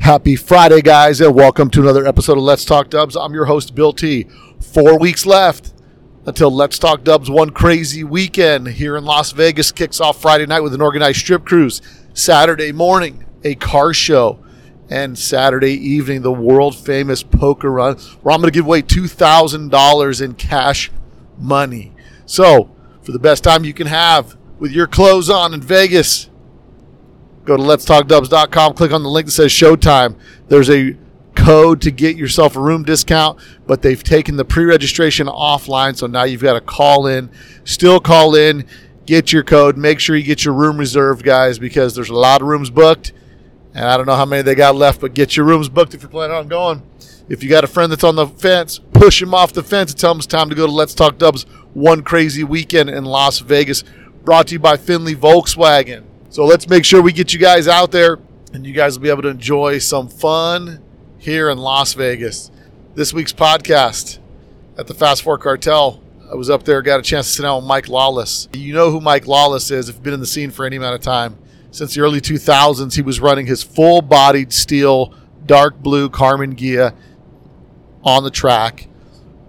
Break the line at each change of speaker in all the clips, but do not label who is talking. Happy Friday, guys, and welcome to another episode of Let's Talk Dubs. I'm your host, Bill T. Four weeks left until Let's Talk Dubs one crazy weekend here in Las Vegas kicks off Friday night with an organized strip cruise, Saturday morning, a car show, and Saturday evening, the world famous poker run where I'm going to give away $2,000 in cash money. So, for the best time you can have with your clothes on in Vegas, go to letstalkdubs.com click on the link that says showtime there's a code to get yourself a room discount but they've taken the pre-registration offline so now you've got to call in still call in get your code make sure you get your room reserved guys because there's a lot of rooms booked and i don't know how many they got left but get your rooms booked if you're planning on going if you got a friend that's on the fence push him off the fence and tell him it's time to go to let's talk dubs one crazy weekend in las vegas brought to you by finley volkswagen so let's make sure we get you guys out there and you guys will be able to enjoy some fun here in Las Vegas. This week's podcast at the Fast Four Cartel. I was up there, got a chance to sit down with Mike Lawless. You know who Mike Lawless is if you've been in the scene for any amount of time. Since the early 2000s, he was running his full bodied steel, dark blue Carmen Gia on the track.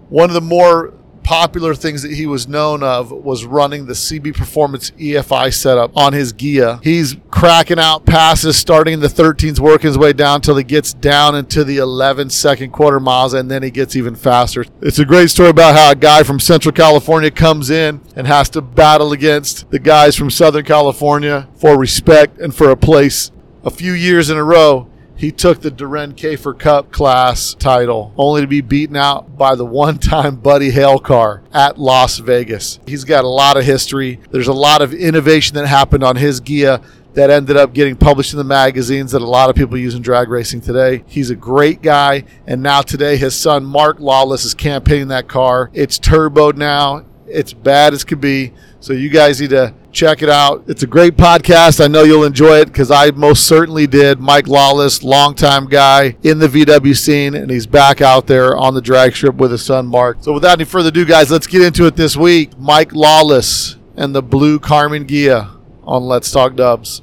One of the more popular things that he was known of was running the CB Performance EFI setup on his Gia. He's cracking out passes, starting in the 13s, working his way down till he gets down into the 11 second quarter miles, and then he gets even faster. It's a great story about how a guy from Central California comes in and has to battle against the guys from Southern California for respect and for a place. A few years in a row, he took the Duren Kafer Cup class title, only to be beaten out by the one time Buddy Hale car at Las Vegas. He's got a lot of history. There's a lot of innovation that happened on his Gia that ended up getting published in the magazines that a lot of people use in drag racing today. He's a great guy. And now today, his son Mark Lawless is campaigning that car. It's turboed now, it's bad as could be. So you guys need to check it out. It's a great podcast. I know you'll enjoy it because I most certainly did. Mike Lawless, longtime guy in the VW scene, and he's back out there on the drag strip with his son Mark. So without any further ado, guys, let's get into it this week. Mike Lawless and the Blue Carmen Gia on Let's Talk Dubs.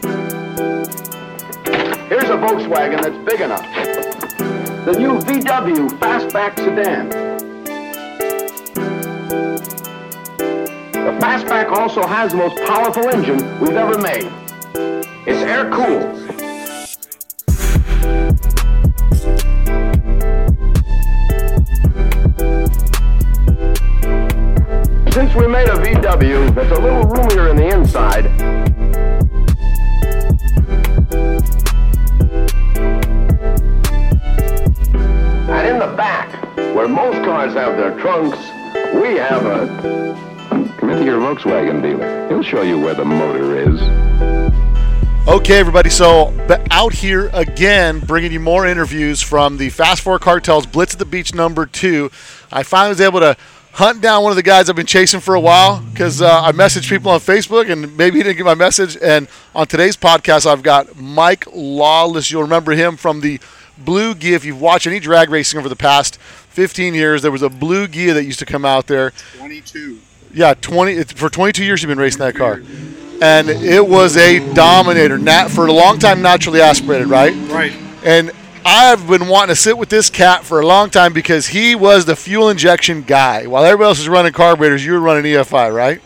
Here's a Volkswagen that's big enough. The new VW Fastback Sedan. The Fastback also has the most powerful engine we've ever made. It's air cooled. Since we made a VW that's a little roomier in the inside, and in the back, where most cars have their trunks, we have a Come into your Volkswagen dealer. He'll show you where the motor is.
Okay, everybody. So ba- out here again, bringing you more interviews from the Fast Four Cartels Blitz at the Beach number two. I finally was able to hunt down one of the guys I've been chasing for a while because uh, I messaged people on Facebook and maybe he didn't get my message. And on today's podcast, I've got Mike Lawless. You'll remember him from the Blue Gia. If you've watched any drag racing over the past 15 years, there was a Blue Gia that used to come out there
22.
yeah, twenty it's, for 22 years you've been racing that car, and it was a dominator. Nat for a long time naturally aspirated, right?
Right.
And I've been wanting to sit with this cat for a long time because he was the fuel injection guy. While everybody else was running carburetors, you were running EFI, right?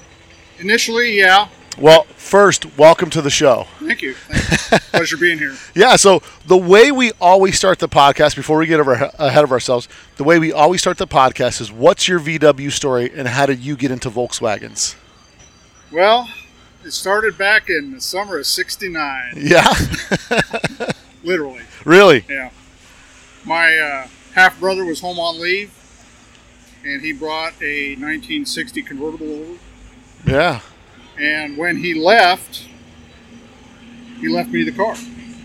Initially, yeah.
Well, first, welcome to the show.
Thank you. Thank you. Pleasure being here.
Yeah, so the way we always start the podcast before we get over, ahead of ourselves, the way we always start the podcast is what's your VW story and how did you get into Volkswagens?
Well, it started back in the summer of 69,
Yeah,
literally.
really?
Yeah. My uh, half brother was home on leave, and he brought a 1960 convertible over.
Yeah,
And when he left, he left me the car.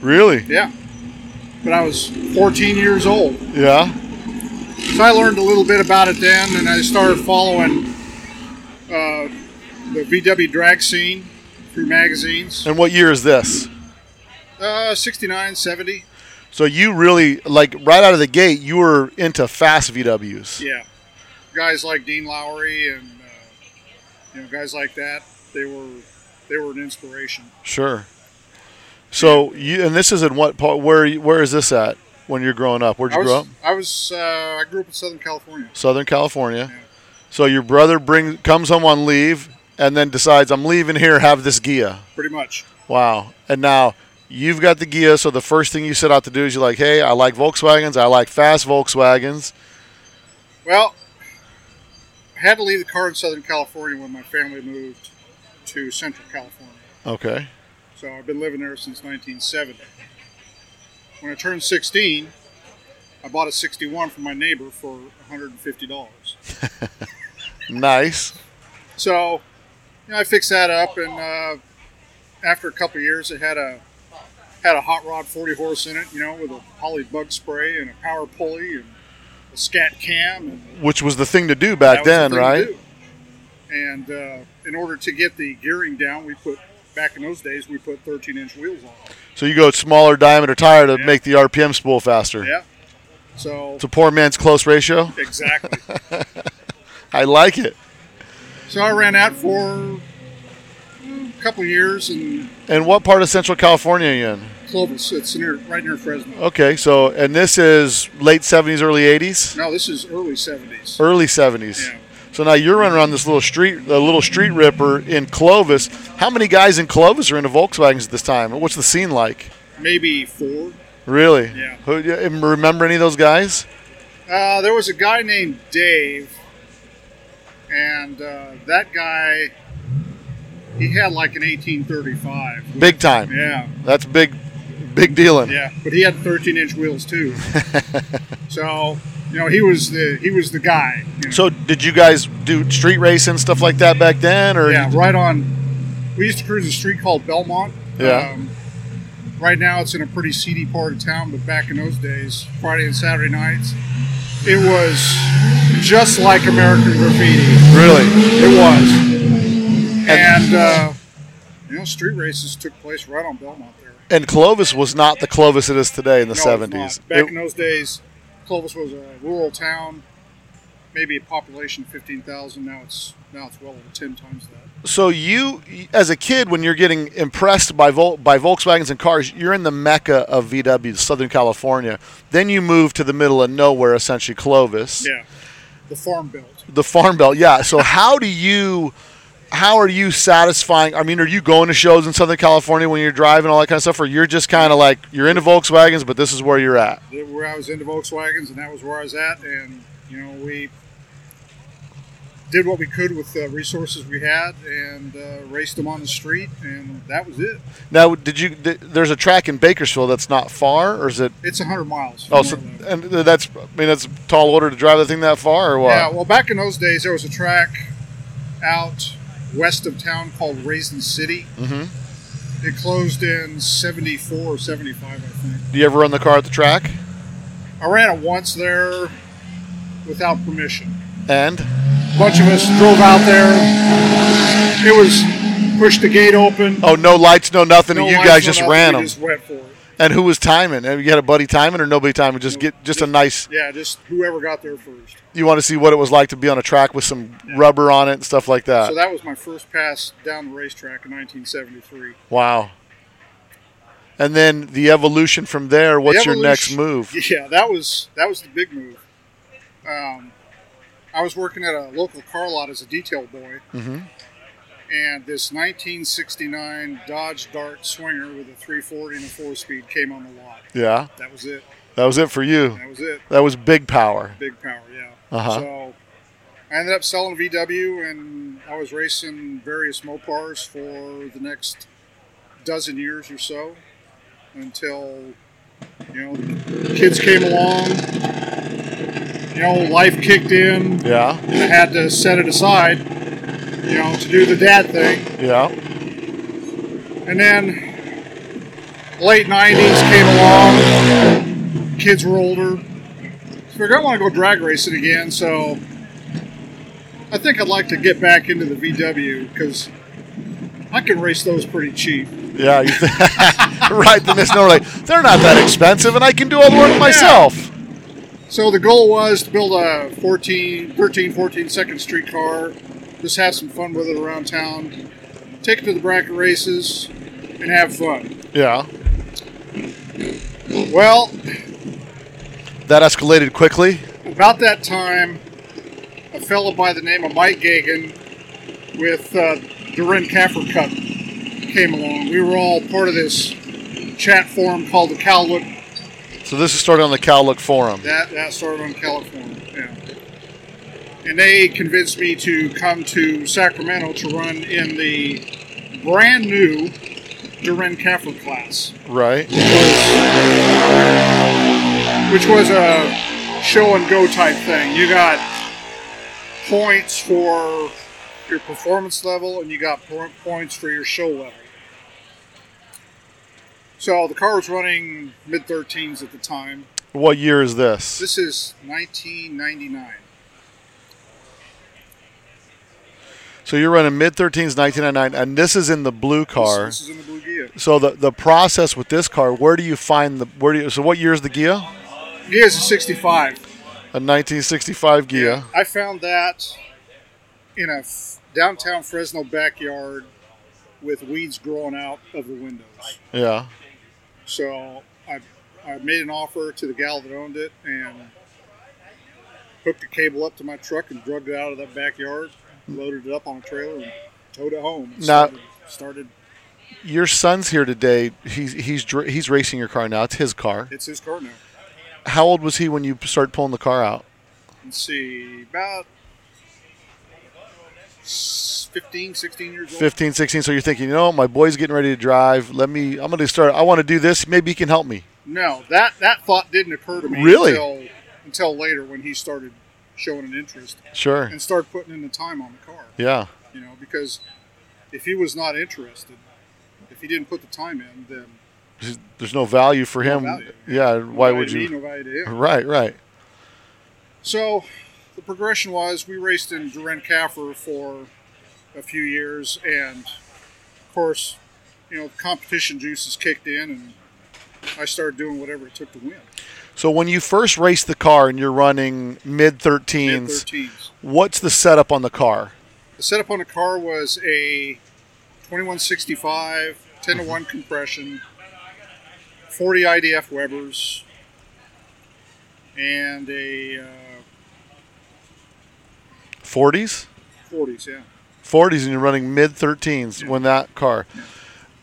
really?
Yeah. But I was 14 years old.
Yeah.
So I learned a little bit about it then, and I started following uh, the VW drag scene through magazines.
And what year is this?
Uh, 69, 70.
So you really like right out of the gate, you were into fast VWs.
Yeah. Guys like Dean Lowry and uh, you know guys like that, they were they were an inspiration.
Sure. So you and this is in what part? Where where is this at? When you're growing up, where'd
I
you
was,
grow up?
I was, uh, I grew up in Southern California.
Southern California. So your brother bring comes home on leave and then decides I'm leaving here. Have this Gia.
Pretty much.
Wow. And now you've got the Gia. So the first thing you set out to do is you're like, hey, I like Volkswagens. I like fast Volkswagens.
Well, I had to leave the car in Southern California when my family moved to Central California.
Okay.
So I've been living there since 1970. When I turned 16, I bought a 61 from my neighbor for $150.
Nice.
So you know, I fixed that up, and uh, after a couple of years, it had a had a hot rod 40 horse in it, you know, with a poly bug spray and a power pulley and a scat cam and
Which was the thing to do back
That
then,
was the
right?
thing to do. And uh, in order to get the gearing down, we put back in those days we put 13 inch wheels on. it.
So you go smaller diameter tire to
Yeah.
make the RPM spool faster.
Yeah. So
It's a poor man's close ratio.
exactly.
I like it.
so I ran that for mm, a couple of years in
And what part of Central California are you in?
Clovis. It's near right near Fresno.
Okay, so and this is late seventies, early eighties,
No, this is early 70s.
early seventies.
Yeah.
So now you're running around this little street, the little street ripper in Clovis. How many guys in Clovis are into Volkswagens at this time? What's the scene like?
Maybe four.
Really?
Yeah.
Who, you remember any of those guys?
Uh, there was a guy named Dave, and uh, that guy, he had like an 1835.
Big time.
Yeah.
That's big, big dealing.
Yeah, but he had 13 inch wheels too. so you know he was the he was the guy. you know.
So did you guys do street racing stuff like that back then, or
yeah, right on. We used to cruise a street called Belmont.
Yeah.
Um, right now it's in a pretty seedy part of town, but back in those days, Friday and Saturday nights, it was just like American graffiti.
really?
It was. And uh, you know, street races took place right on Belmont there.
And Clovis was not the Clovis it is today in the
No, it's
seventies.
not. Back in those days, Clovis was a rural town, maybe a population of fifteen thousand. Now it's now it's well over ten times that.
So you, as a kid, when you're getting impressed by Vol- by Volkswagens and cars, you're in the mecca of VW, Southern California. Then you move to the middle of nowhere, essentially Clovis,
Yeah, the farm belt.
the Farm Belt. Yeah. So how do you, how are you satisfying? I mean, are you going to shows in Southern California when you're driving all that kind of stuff, or you're just kind of like you're into Volkswagens, but this is where you're at?
That- Where I was into Volkswagens, and that was where I was at. And you know, we did what we could with the resources we had, and uh, raced them on the street, and that was it.
Now, did you? Th- there's a track in Bakersfield that's not far, or is it?
It's hundred miles. from
Oh, so,
where I live.
and that's I mean that's a tall order to drive the thing that far, or what?
Yeah, well, back in those days, there was a track out west of town called Raisin City.
Mhm.
It closed in 74 or 75, I think.
Do you ever run the car at the track?
I ran it once there without permission.
And
A bunch of us drove out there. It was pushed the gate open.
oh, no lights, no nothing.
No
and you
lights
guys
went
just
up,
ran
we
them.
just went for it.
And who was timing? And You had a buddy timing or nobody timing? Just get just a nice.
Yeah, just whoever got there first.
You want to see what it was like to be on a track with some rubber on it and stuff like that.
So that was my first pass down the racetrack in 1973.
wow. And then the evolution from there. What's your next move?
Evolution- Yeah, that was that was the big move. Um, I was working at a local car lot as a detail boy,
Mhm.
and this 1969 Dodge Dart Swinger with a 340 and a four-speed came on the lot.
Yeah,
That was it.
that was it for you.
That was it.
That was big power.
Big power, yeah.
Uh-huh.
So I ended up selling VW, and I was racing various Mopars for the next dozen years or so until you know the kids came along. You know, life kicked in.
Yeah,
And I had to set it aside, you know, to do the dad thing.
yeah.
And then late 90s came along, kids were older. Figured I want to go drag racing again, so I think I'd like to get back into the VW because I can race those pretty cheap.
Yeah, you right. The misnomer, like they're not that expensive, and I can do all the work myself.
So the goal was to build a 14, 13, 14 second street car, just have some fun with it around town, take it to the bracket races, and have fun.
Yeah,
Well,
That escalated quickly.
about that time, a fellow by the name of Mike Gagan with uh, Durin Caffer Cup came along. We were all part of this chat forum called the Cowlick
So this is started on the Cowlick Forum.
That that started on California, yeah. And they convinced me to come to Sacramento to run in the brand new Duran Kaffer class,
Right.
which was a show and go type thing. You got points for your performance level, and you got po- points for your show level. So the car was running mid 13s at the time.
What year is this?
This is 1999.
So you're running mid 13s, 1999, and this is in the blue car.
This, this is in the Blue Gear.
So the, the process with this car, where do you find the where do you, so what year is the Gia?
Gears is 65.
A 1965 Gia.
I found that in a f- downtown Fresno backyard with weeds growing out of the windows.
Yeah.
So I, I made an offer to the gal that owned it and hooked a cable up to my truck and drugged it out of that backyard, loaded it up on a trailer, and towed it home.
Now-
started, started.
Your son's here today. He's he's dr- he's racing your car now. It's his car.
It's his car now.
How old was he when you started pulling the car out?
Let's see, about s- 15, 16 years old.
15, 16. So you're thinking, you know, what, my boy's getting ready to drive. Let me. I'm going to start. I want to do this. Maybe he can help me.
No, that that thought didn't occur to me
Really?
until until later when he started showing an interest
Sure.
and started putting in the time on the car.
Yeah.
You know, because if he was not interested, if he didn't put the time in, then
There's no value for him.
value.
Yeah. Why
nobody
would
to me,
you?
nobody to him.
Right. Right.
So the progression was we raced in Duran Kaffer for a few years, and of course, you know, competition juices kicked in, and I started doing whatever it took to win.
So when you first race the car and you're running mid
Mid
13s,
13s.
what's the setup on the car?
The setup on the car was a 2165 10 to
Mm-hmm.
1 compression, 40 IDF Webers, and a uh,
40s.
40s. Yeah,
40s and you're running mid 13s
Yeah.
when that car.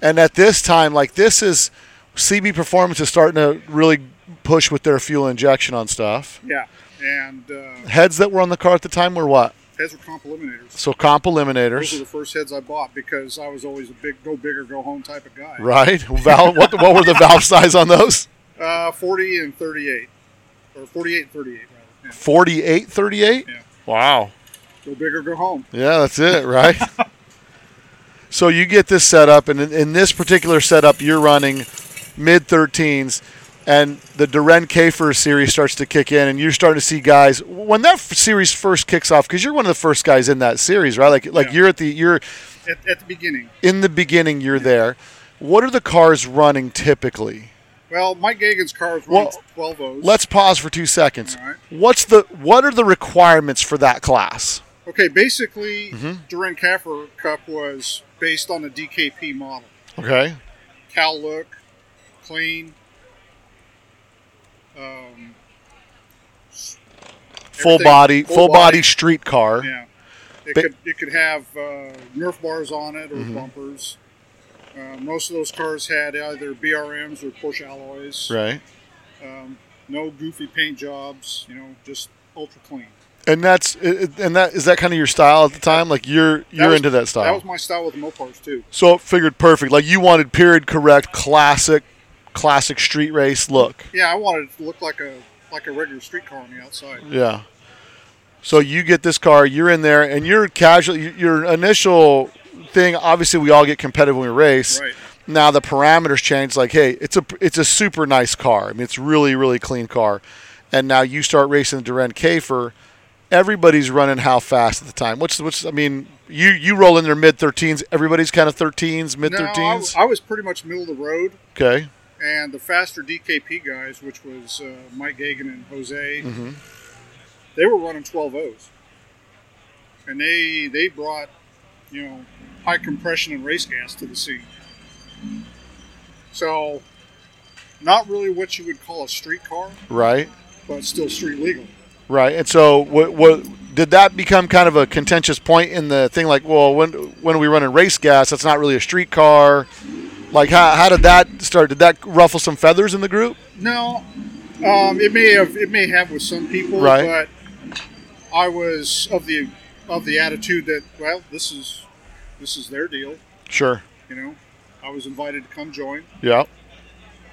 And at this time, like this is CB Performance is starting to really push with their fuel injection on stuff.
yeah, and uh,
Heads that were on the car at the time were what?
heads were comp eliminators.
So comp
Those were
eliminators,
the first heads I bought because I was always a big go big or go home type of guy.
right? Valve, what, what were the valve size on those?
Uh, 40 and 38, or 48 and 38 rather.
48, 38?
Yeah.
Wow.
Yeah. Go big or go home.
Yeah, that's it, right? so you get this setup, and in, in this particular setup, you're running mid 13s, and the Duren Kafer series starts to kick in, and you're starting to see guys when that f- series first kicks off, because you're one of the first guys in that series, right? Like, like
Yeah.
you're at the you're
At, at the beginning,
in the beginning, you're there. What are the cars running typically?
well, Mike Gagan's car was running
Well,
12 O's.
Let's pause for two seconds.
All right.
What's the what are the requirements for that class?
Okay, basically,
Mm-hmm.
Duran Kaffer Cup was based on the DKP model.
Okay,
Cow look, clean, um,
full
Everything-
body,
full
full, body.
body.
street car.
yeah. It
Ba- Mm-hmm.
could it could have uh, Nerf bars on it or bumpers. Uh, most of those cars had either BRMs or Porsche alloys.
Right.
Um, no goofy paint jobs. You know, just ultra clean.
And that's and that is that kind of your style at the time. Like you're
That
you're
was-
into that style.
That was my style with the Mopars too.
so it figured perfect. Like you wanted period correct, classic, classic street race look.
Yeah, I wanted it to look like a like a regular street car on the outside.
Yeah. So you get this car, you're in there, and you're casual. y- Your initial thing, obviously, we all get competitive when we race.
Right.
Now the parameters change. Like, hey, it's a it's a super nice car. I mean, it's really really clean car. And now you start racing the Duran Kafer. Everybody's running how fast at the time? What's what's? I mean, you you roll in their mid 13s. Everybody's kind of 13s, mid
No, I-
13s.
I was pretty much middle of the road.
Okay.
and the faster DKP guys, which was uh, Mike Gagan and Jose, they were running 12 O's. And they they brought, you know, high compression and race gas to the scene. So Not really what you would call a street car,
Right.
but still street legal.
Right. And so, what, what did that become kind of a contentious point in the thing? Like, well, when when are we running race gas, that's not really a street car. Like, how, how did that start? Did that ruffle some feathers in the group?
No, um, it may have it may have with some people,
Right.
but I was of the of the attitude that well, this is this is their deal.
Sure.
You know, I was invited to come join.
Yeah.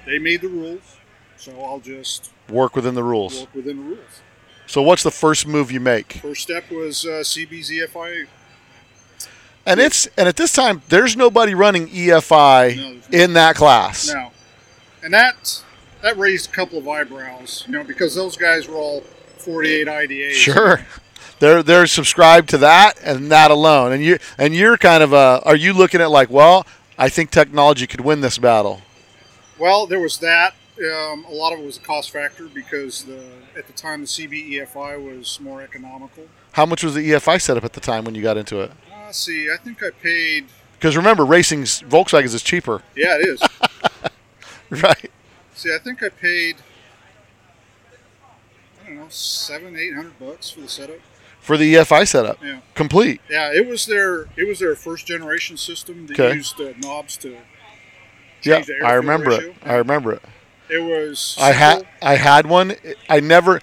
They made the rules, so I'll just
Work within the rules.
work within the rules.
So, what's the first move you make?
First step was uh, CBZFIA.
And it's and at this time, there's nobody running EFI
No, there's
in that class.
Now, and that that raised a couple of eyebrows, you know, because those guys were all 48 IDAs.
Sure. They're they're subscribed to that and that alone. And you and you're kind of a are you looking at like, well, I think technology could win this battle.
Well, there was that. Um, a lot of it was a cost factor because the at the time the CBEFI was more economical.
How much was the E EFI setup at the time when you got into it?
Uh, see, I think I paid.
Because remember, racing's Volkswagens is cheaper,
Yeah, it is.
right?
see, I think I paid. I don't know, seven, eight hundred bucks for the setup.
For the EFI setup,
Yeah.
complete.
Yeah, it was their it was their first generation system that
Okay.
used uh, knobs to.
Yeah,
Change the
I
airfield
remember
ratio?
it. I remember it.
It was.
I had
simple.
I had one. I never.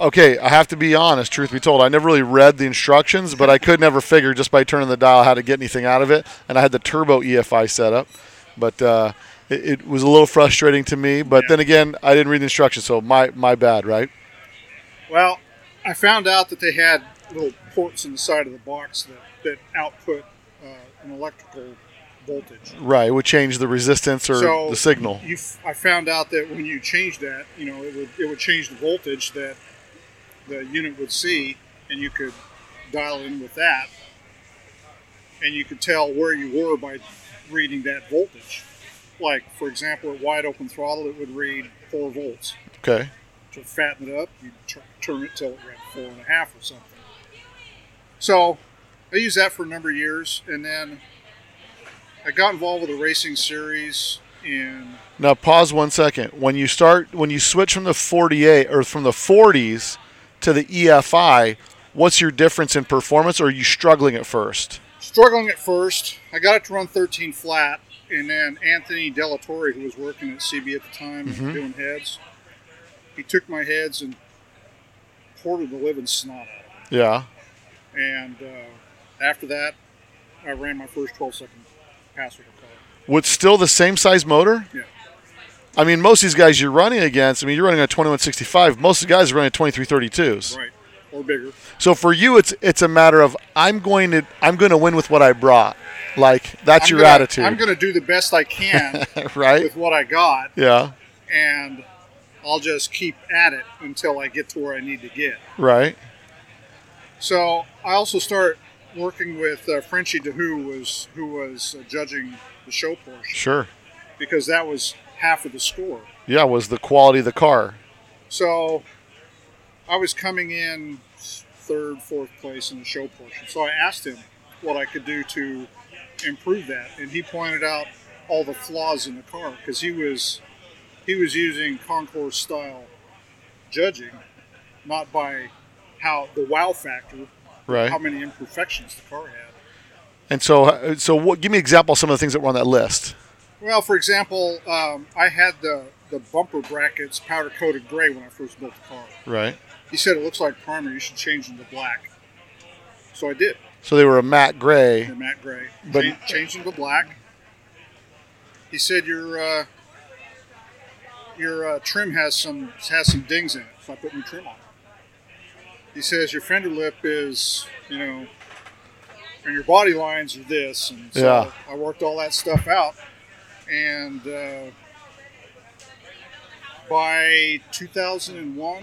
Okay, I have to be honest. Truth be told, I never really read the instructions, but I could never figure just by turning the dial how to get anything out of it. And I had the turbo EFI set up, but uh, it, it was a little frustrating to me. But
Yeah.
then again, I didn't read the instructions, so my my bad, right?
Well, I found out that they had little ports in the side of the box that, that output uh, an electrical voltage.
Right, it would change the resistance or
So-
the signal.
You, f- I found out that when you change that, you know, it would it would change the voltage that the unit would see, and you could dial in with that, and you could tell where you were by reading that voltage. Like, for example, at wide open throttle, it would read four volts.
Okay,
to fatten it up, you tr- turn it till it ran four and a half or something. So I used that for a number of years, and then I got involved with a racing series in
now pause one second. When you start, when you switch from the 48 or from the 40s to the EFI, what's your difference in performance? Or are you struggling at first?
struggling at first. I got it to run 13 flat, and then Anthony Delatorre, who was working at CB at the time and doing heads, he took my heads and poured the living snot out of them.
Yeah.
And uh, after that, I ran my first 12 second pass with a car.
with still the same size motor.
Yeah.
I mean, most of these guys you're running against. I mean, you're running a 2165. Most of the guys are running 2332s.
Right. Or bigger.
So for you, it's it's a matter of I'm going to I'm going to win with what I brought. Like that's
I'm
your
gonna-
attitude,
I'm going to do the best I can
right?
with what I got,
Yeah.
and I'll just keep at it until I get to where I need to get.
Right.
So I also start working with uh, Frenchie DeHoo, was who was uh, judging the show portion
Sure.
because that was half of the score.
Yeah. Was the quality of the car?
So I was coming in third, fourth place in the show portion. So I asked him what I could do to improve that, and he pointed out all the flaws in the car because he was he was using concourse style judging, not by how the wow factor,
Right.
how many imperfections the car had.
And so uh, so what? Give me an example of some of the things that were on that list.
Well, for example, um, I had the the bumper brackets powder coated gray when I first built the car.
Right.
He said it looks like primer. You should change them to black. So I did.
So they were a matte gray.
The matte gray.
But-
But Ch- changed them to black. He said your uh, your uh, trim has some has some dings in it. So I put new trim on. it. He says your fender lip is you know, and your body lines are this. And so
Yeah.
I worked all that stuff out, and. Uh, by 2001,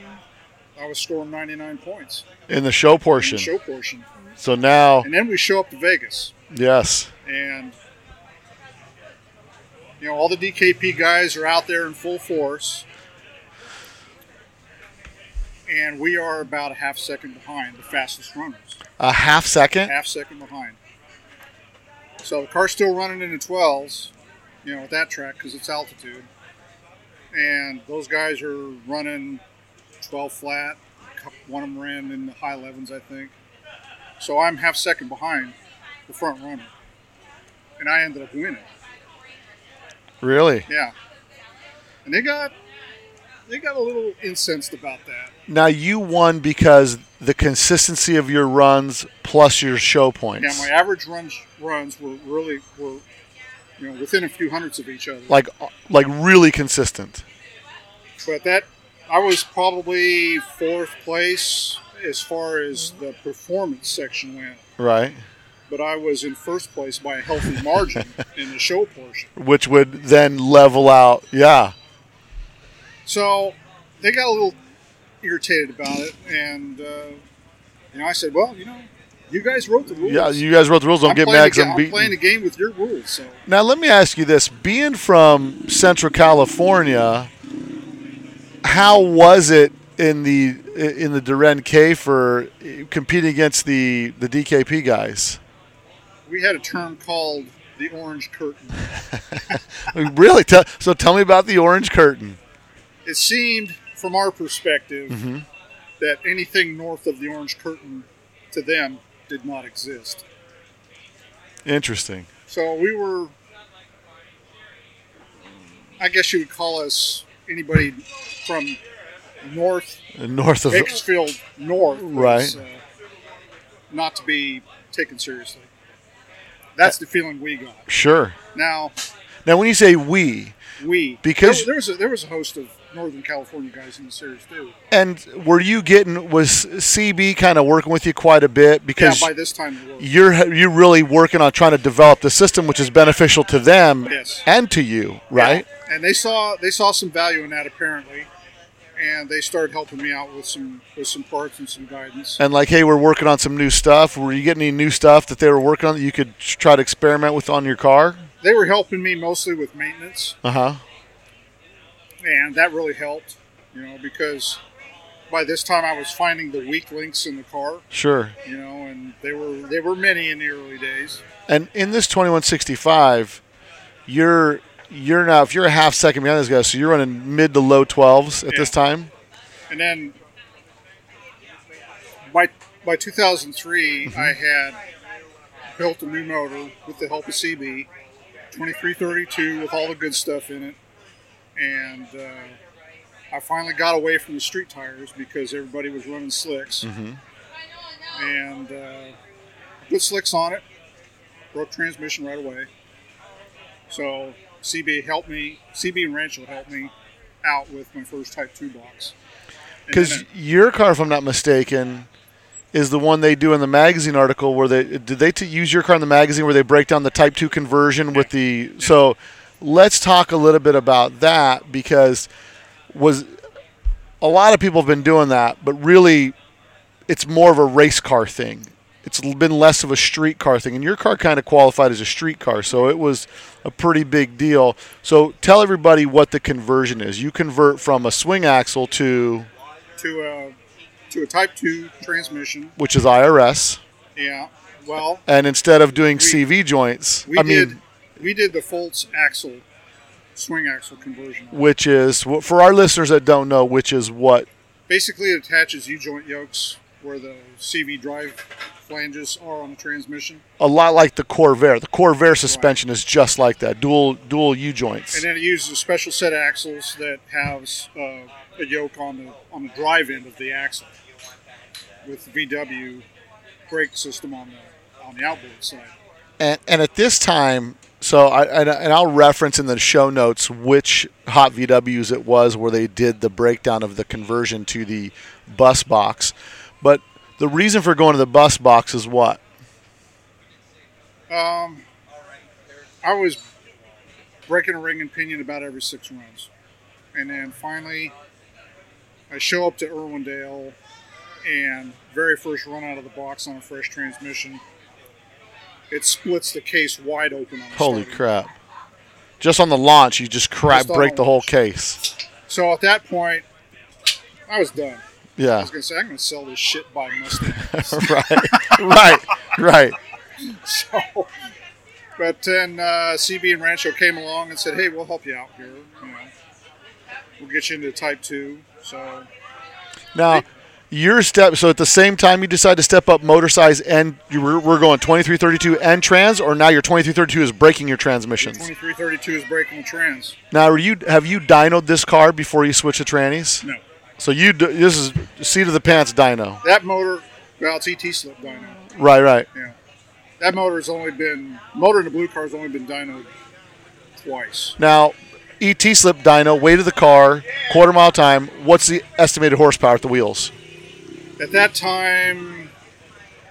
I was scoring 99 points
in the show
in
portion.
the show portion.
So now,
And then we show up to Vegas
yes,
and you know all the DKP guys are out there in full force, and we are about a half second behind the fastest runners.
a half second.
Half second behind. So the car's still running in the twelves, you know, at that track because it's altitude, and those guys are running 12 flat. Cou- One of them ran in the high 11s, I think. So I'm half second behind the front runner, and I ended up winning.
Really?
Yeah, and they got they got a little incensed about that.
Now you won because the consistency of your runs plus your show points.
Yeah, my average runs runs were really were you know within a few hundredths of each other.
like uh, like really consistent.
But that I was probably fourth place as far as the performance section went.
Right.
But I was in first place by a healthy margin in the show portion.
Which would then level out. Yeah.
So they got a little irritated about it, and uh, you know I said, "Well, you know, you guys wrote the rules.
Yeah. You guys wrote the rules. Don't
I'm
get
playing
mad
the
because
ga-
I'm
I'm
beating.
playing the game with your rules." So
Now, let me ask you this: Being from Central California, how was it in the in the Duran K for competing against the the DKP guys?
we had a term called the orange curtain.
really? Tell, so, tell me about the Orange Curtain.
it seemed from our perspective
Mm-hmm.
that anything north of the orange curtain to them did not exist
Interesting.
so we were i guess you would call us anybody from north
North of
bakersfield north was,
Right.
uh, not to be taken seriously that's the feeling we got
sure.
now
Now, when you say we,
we
Because-
there, there was a, there was a host of northern california guys in the series too
and were you getting was CB kind of working with you quite a bit
yeah
because
by this time they were.
you're you're really working on trying to develop the system, which is beneficial to them
Yes.
and to you, right?
Yeah. And they saw they saw some value in that apparently, and they started helping me out with some with some parts and some guidance.
And like, hey, we're working on some new stuff. Were you getting any new stuff that they were working on that you could tr- try to experiment with on your car?
They were helping me mostly with maintenance,
Uh huh.
and that really helped, you know, because by this time I was finding the weak links in the car,
Sure.
you know, and they were they were many in the early days.
And in this 2165, you're you're now if you're a half second behind this guy, so you're running mid to low 12s at this time.
And then by by 2003, I had built a new motor with the help of CB, 2332 with all the good stuff in it, and uh, I finally got away from the street tires because everybody was running slicks, and uh, put slicks on it, broke transmission right away. So CB helped me. CB and Rancho helped me out with my first Type Two box. And then
Because
I-
your car, if I'm not mistaken, is the one they do in the magazine article where they did they t- use your car in the magazine where they break down the Type Two conversion with the. So let's talk a little bit about that because was a lot of people have been doing that, but really it's more of a race car thing. It's l- been less of a street car thing, and your car kind of qualified as a street car, so it was a pretty big deal. So tell everybody what the conversion is. You convert from a swing axle to
to a to a Type Two transmission.
which is IRS,
Yeah. Well,
and instead of doing CV joints,
we
I
did
mean,
we did the Foltz axle swing axle conversion.
which is for our listeners that don't know, which is what
Basically, it attaches U joint yokes where the CV drive flanges are on the transmission,
a lot like the Corvair. The Corvair suspension is just like that, dual dual U joints.
and then it uses a special set of axles that has uh, a yoke on the on the drive end of the axle with the VW brake system on the on the outboard side.
and, and at this time, so I and, and I'll reference in the show notes which hot VWs it was where they did the breakdown of the conversion to the bus box. But the reason for going to the bus box is what?
I was breaking a ring and pinion about every six runs. And then finally, I show up to Irwindale and very first run out of the box on a fresh transmission. It splits the case wide open on the
Holy
starting.
crap! Just on the launch, you just crack
Just on
break
the
the whole
launch.
case.
So at that point, I was done. I
Yeah.
was going to say, I'm going to sell this shit by Mustang.
right, right, right.
so, but then uh, CB and Rancho came along and said, "Hey, we'll help you out here." You know. get you into Type Two. So
Now, your step. So at the same time, you decide to step up motor size, and you were, we're going 2332 and trans, or now your 2332 is breaking your transmissions.
2332 is breaking the trans.
Now, are you have you dynoed this car before you switch to trannies?
No,
So you d- this is seat of the pants dyno.
that motor, well, it's ET slip dyno.
Right, right.
Yeah, that motor's only been motor in the blue car's only been dynoed twice.
Now, ET slip dyno, weight of the car, quarter mile time. What's the estimated horsepower at the wheels
At that time,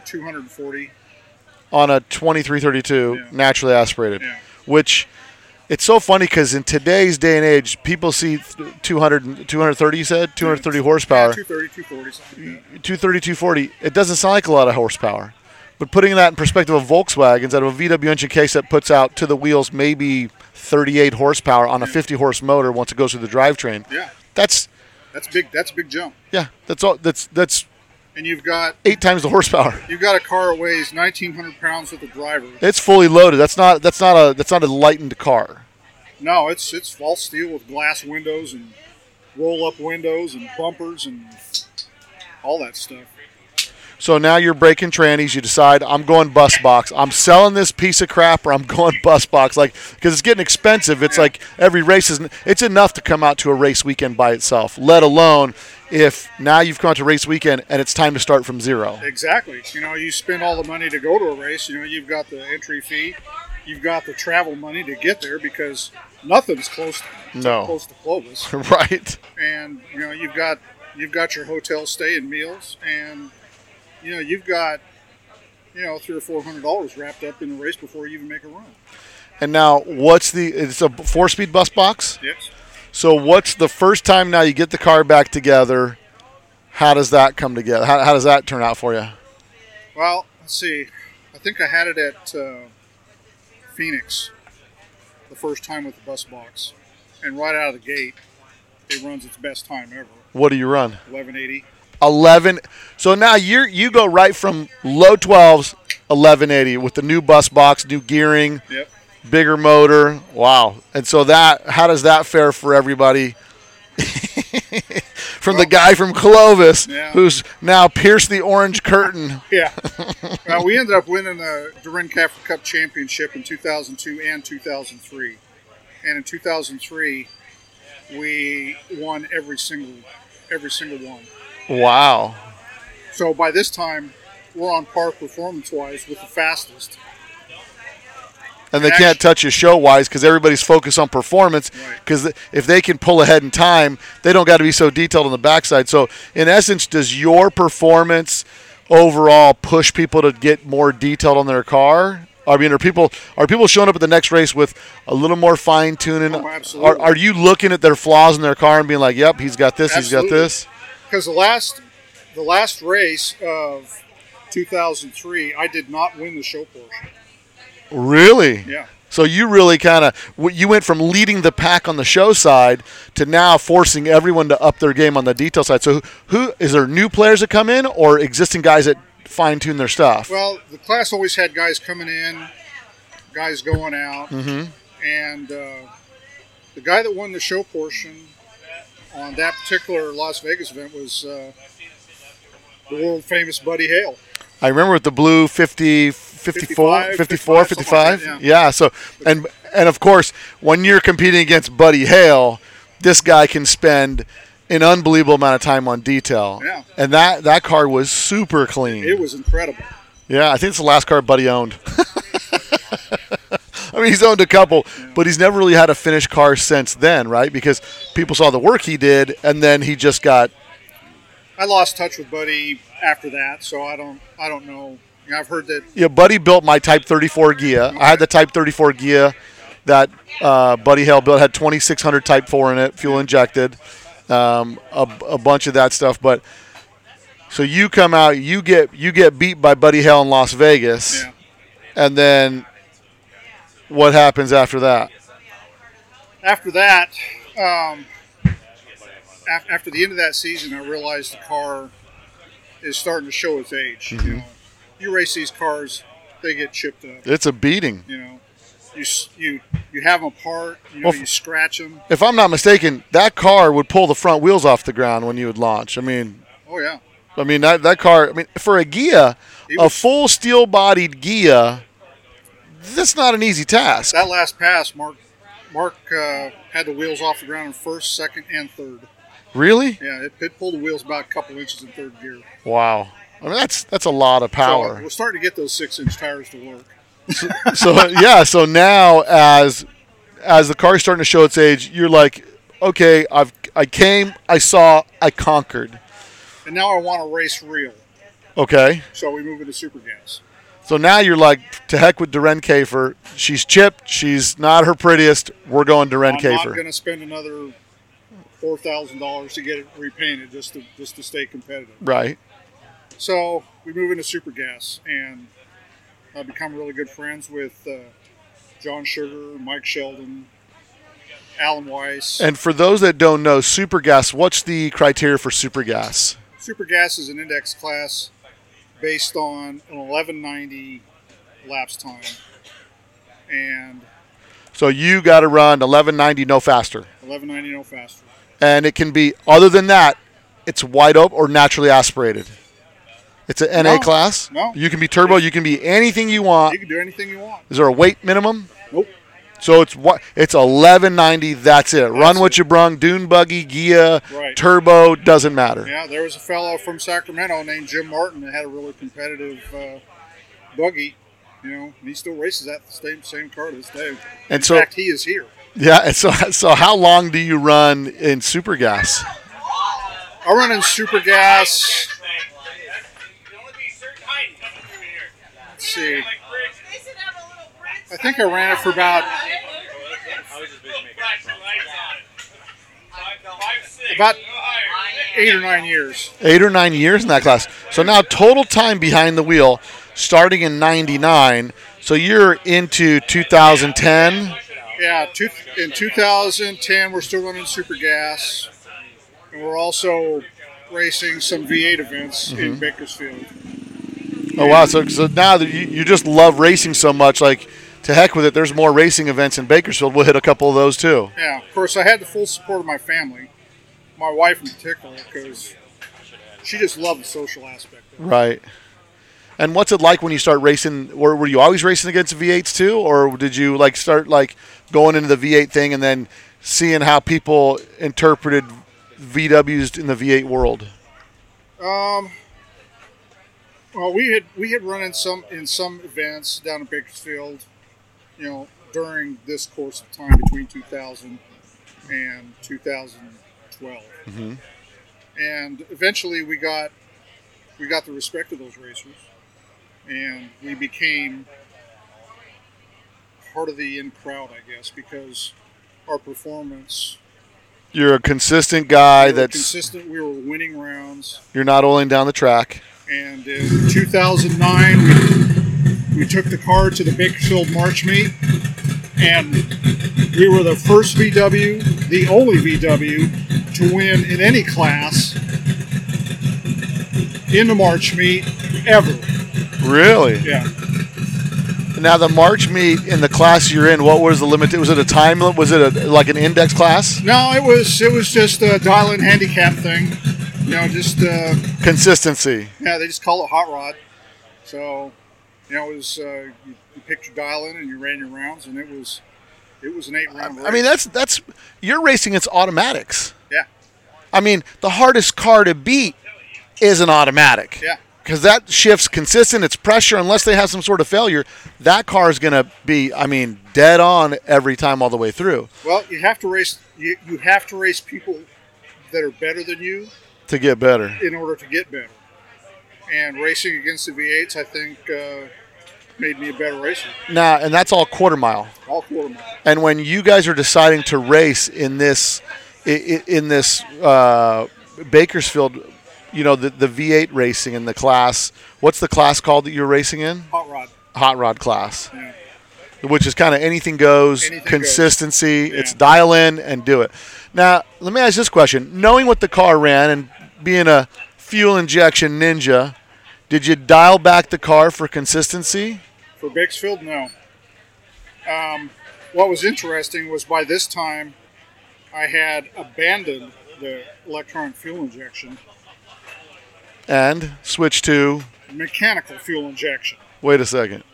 240.
on a 2332
Yeah.
naturally aspirated?
Yeah.
Which it's so funny because in today's day and age, people see 200, and- 230. You said 230 horsepower,
230, 240, something like that.
230, 240. It doesn't sound like a lot of horsepower, but putting that in perspective of Volkswagens out of a VW engine case that puts out to the wheels maybe 38 horsepower on a 50 horse motor once it goes through the drivetrain.
Yeah,
That's
that's big. That's a big jump.
yeah. That's all. That's that's
And you've got
eight times the horsepower.
you've got a car that weighs 1,900 pounds with a driver.
It's fully loaded. That's not that's not a that's not a lightened car.
No, it's it's false steel with glass windows and roll up windows and bumpers and all that stuff.
So now you're breaking trannies. You decide I'm going bus box. I'm selling this piece of crap, or I'm going bus box. Like because it's getting expensive. It's like every race is. It's enough to come out to a race weekend by itself. Let alone if now you've come out to race weekend and it's time to start from zero.
Exactly. You know, you spend all the money to go to a race. You know, you've got the entry fee, you've got the travel money to get there because nothing's close to,
No.
close to Clovis.
right.
and you know you've got you've got your hotel stay and meals and you know you've got you know three or four hundred dollars wrapped up in the race before you even make a run
And now what's the? It's a four speed bus box.
yes
So what's the first time now you get the car back together? How does that come together? How, how does that turn out for you?
well let's see i think i had it at uh, phoenix the first time with the bus box and right out of the gate it runs its best time ever
What do you run?
1180
11 so now you you go right from low 12s 1180 with the new bus box new gearing
yep
bigger motor wow and so that how does that fare for everybody from the guy from clovis
Yeah.
who's now pierced the orange curtain
yeah well, we ended up winning the Durin Catholic Cup championship in 2002 and 2003 and in 2003 we won every single every single one
wow
so by this time we're on par performance wise with the fastest
and they
And
can't
actu-
touch you show wise because everybody's focused on performance.
Right.
Because if they can pull ahead in time, they don't got to be so detailed on the backside. So, in essence, does your performance overall push people to get more detailed on their car? I mean, are people are people showing up at the next race with a little more fine tuning?
Oh, absolutely.
Are, are you looking at their flaws in their car and being like, "Yep, he's got this, he's got
Absolutely.
this."
because the last the last race of 2003 I did not win the show portion
Really?
yeah
So you really kind of you went from leading the pack on the show side to now forcing everyone to up their game on the detail side. So who is there new players that come in or existing guys that fine tune their stuff?
Well, the class always had guys coming in, guys going out, and uh, the guy that won the show portion on that particular Las Vegas event was uh, the world famous Buddy Hale.
I remember with the blue 50 54
55,
54
something like
55.
that,
yeah. so and and of course when you're competing against Buddy Hale, this guy can spend an unbelievable amount of time on detail.
Yeah.
And that that car was super clean.
It was incredible.
Yeah, I think it's the last car Buddy owned. I mean, he's owned a couple, but he's never really had a finished car since then, right? Because people saw the work he did, and then he just got
I lost touch with Buddy after that, so I don't, I don't know. You know, I've heard that
yeah. Buddy built my Type 34 Gia. I had the Type 34 Gia that uh, Buddy Hale built. It had 2600 Type 4 in it, fuel injected, um, a, a bunch of that stuff. But so you come out, you get you get beat by Buddy Hale in Las Vegas,
yeah,
and then what happens after that?
after that, um, af- after the end of that season, I realized the car is starting to show
Mm-hmm.
its age. You know, you race these cars, they get chipped up.
It's a beating.
You know, you s- you you have them apart. You know,
Well, f-
you scratch them.
If I'm not mistaken, that car would pull the front wheels off the ground when you would launch. I mean,
Oh yeah,
I mean that, that car. I mean, for a Gia,
He
a
was-
full steel-bodied Gia, that's not an easy task.
that last pass, Mark Mark uh, had the wheels off the ground in first, second, and third.
Really?
Yeah, it, it pulled the wheels about a couple inches in third gear. So
Wow. I mean, that's that's a lot of power.
we're starting to get those six inch tires to work.
so yeah, so now as as the car's starting to show its age, you're like, okay, I've I came, I saw, I conquered.
And now I want to race real,
Okay.
so we move into super gas.
So now you're like, to heck with Duren Kafer. She's chipped. She's not her prettiest. We're going Duren
I'm not
Kafer.
going to spend another four thousand dollars to get it repainted just to just to stay competitive.
right.
So we move into super gas, and I've become really good friends with uh, John Sugar, Mike Sheldon, Alan Weiss.
And for those that don't know, Supergas, what's the criteria for Supergas?
Super Gas is an index class based on an 1190 lapse time. And
So you got to run 1190 no faster.
1190 no faster.
And it can be, other than that, it's wide open or naturally aspirated. It's an NA
No.
class.
No.
You can be turbo. You can be anything you want.
You can do anything you want.
Is there a weight minimum?
Nope.
So it's what it's eleven ninety. That's it. Run
That's
what
it.
you brung. Dune buggy, Gia,
Right.
turbo doesn't matter.
Yeah, there was a fellow from Sacramento named Jim Martin that had a really competitive uh, buggy. You know, and he still races that same same car to this day.
And
In
so-
fact, he is here.
Yeah. And so so how long do you run in super gas?
I run in Super Gas. Let's see, I think I ran it for about About eight or nine years.
Eight or nine years in that class. So now total time behind the wheel, starting in ninety nine. So you're into 2010.
Yeah, two, in 2010, we're still running Super Gas, and we're also racing some V8 events
Mm-hmm.
in Bakersfield.
Oh wow! So, so now that you, you just love racing so much, like to heck with it. There's more racing events in Bakersfield. We'll hit a couple of those too.
Yeah, of course, I had the full support of my family, my wife in particular, because she just loved the social aspect of it.
Right. And what's it like when you start racing? Or were you always racing against V8s too, or did you like start like going into the V8 thing and then seeing how people interpreted VWs in the V8 world?
Well, Uh, we had we had run in some in some events down in Bakersfield, you know, during this course of time between 2000 and 2012, and eventually we got we got the respect of those racers, and we became part of the in crowd, I guess, because our performance
You're a consistent guy
we were
that's
consistent. We were winning rounds.
you're not only down the track.
And in 2009, we, we took the car to the Bakersfield March meet, and we were the first VW, the only VW, to win in any class in the March meet ever.
Really?
Yeah.
Now the March meet in the class you're in, what was the limit? Was it a time limit? Was it a, like an index class?
No, it was it was just a dial-in handicap thing. You know, just uh,
Consistency.
yeah, they just call it hot rod. So, you know, it was uh, you, you picked your dial-in and you ran your rounds, and it was it was an eight-round race.
I mean, that's that's you're racing against automatics.
Yeah,
I mean, the hardest car to beat is an automatic.
Yeah.
Because that shifts consistent. It's pressure. Unless they have some sort of failure, that car is going to be, I mean, dead on every time all the way through
Well, you have to race. You, you have to race people that are better than you
to get better.
in order to get better. And racing against the V8s, I think, uh, made me a better racer.
Now, and that's all quarter mile.
All quarter mile.
And when you guys are deciding to race in this, i- i- in this uh, Bakersfield, you know the the V8 racing in the class. What's the class called that you're racing in?
Hot rod.
Hot rod class.
Yeah.
which is kind of anything goes,
Anything
consistency.
goes.
It's
Yeah.
dial in and do it. Now, let me ask this question: Knowing what the car ran and being a fuel injection ninja, did you dial back the car for consistency?
For Bakersfield, no. um, what was interesting was by this time I had abandoned the electronic fuel injection,
And switch to.
mechanical fuel injection.
Wait a second.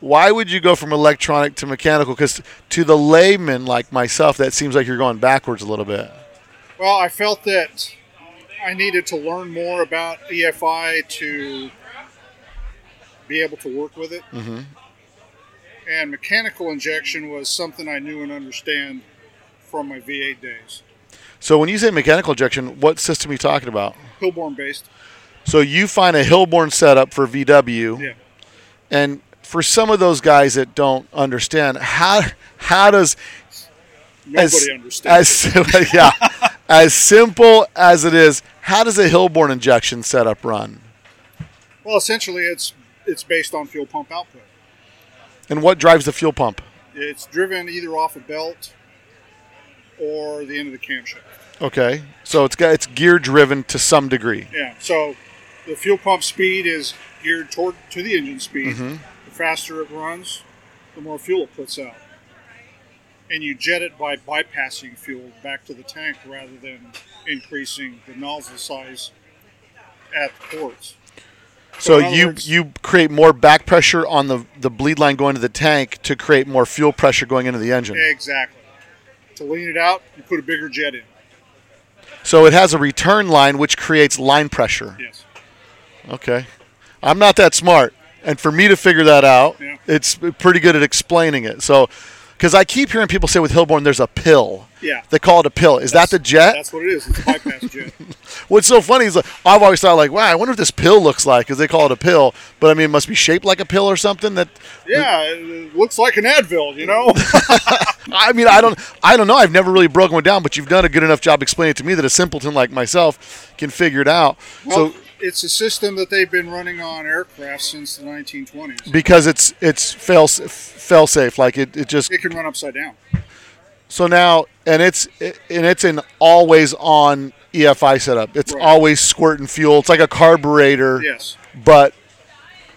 Why would you go from electronic to mechanical? Because to the layman like myself, that seems like you're going backwards a little bit.
Well, I felt that I needed to learn more about EFI to be able to work with it.
Mhm.
And mechanical injection was something I knew and understand from my V8 days.
So when you say mechanical injection, what system are you talking about?
Hillborn based.
So you find a Hillborn setup for VW,
Yeah.
and for some of those guys that don't understand, how how does
Nobody
as,
understands.
as yeah, as simple as it is, how does a Hillborn injection setup run,
Well, essentially, it's it's based on fuel pump output.
and what drives the fuel pump?
It's driven either off a belt or the end of the camshaft.
Okay, so it's got it's gear driven to some degree.
Yeah. So the fuel pump speed is geared toward to the engine speed.
Mm-hmm.
The faster it runs, the more fuel it puts out. And you jet it by bypassing fuel back to the tank rather than increasing the nozzle size at the ports.
So
in other
you
words-
you create more back pressure on the the bleed line going to the tank to create more fuel pressure going into the engine.
Exactly. To lean it out, you put a bigger jet in.
So it has a return line which creates line pressure.
Yes.
Okay. I'm not that smart. And for me to figure that out,
Yeah.
it's pretty good at explaining it. So, because I keep hearing people say with Hillborn, there's a pill.
Yeah.
They call it a pill. Is that the jet?
That's what it is. It's a bypass jet.
What's so funny is like, I've always thought like, wow, I wonder what this pill looks like because they call it a pill. But I mean, it must be shaped like a pill or something. That
Yeah, it- it looks like an Advil, you know?
I mean, I don't, I don't know. I've never really broken one down, but you've done a good enough job explaining it to me that a simpleton like myself can figure it out.
Well,
so
it's a system that they've been running on aircraft since the 1920s.
because it's it's fail fail safe, like it, it just
It can run upside down.
So now, and it's and it's an always on EFI setup. It's
Right.
always squirting fuel. It's like a carburetor,
Yes.
but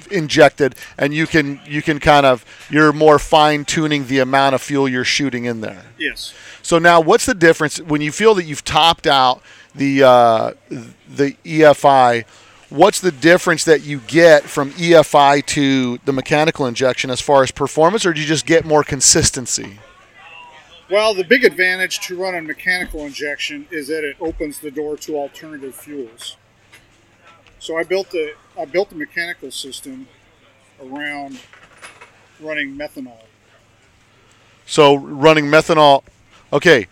injected, and you can you can kind of you're more fine tuning the amount of fuel you're shooting in there.
Yes.
So now, what's the difference when you feel that you've topped out the uh, the EFI? What's the difference that you get from EFI to the mechanical injection as far as performance, or do you just get more consistency?
Well, the big advantage to run a mechanical injection is that it opens the door to alternative fuels. So I built the I built the mechanical system around running methanol.
So running methanol. Okay,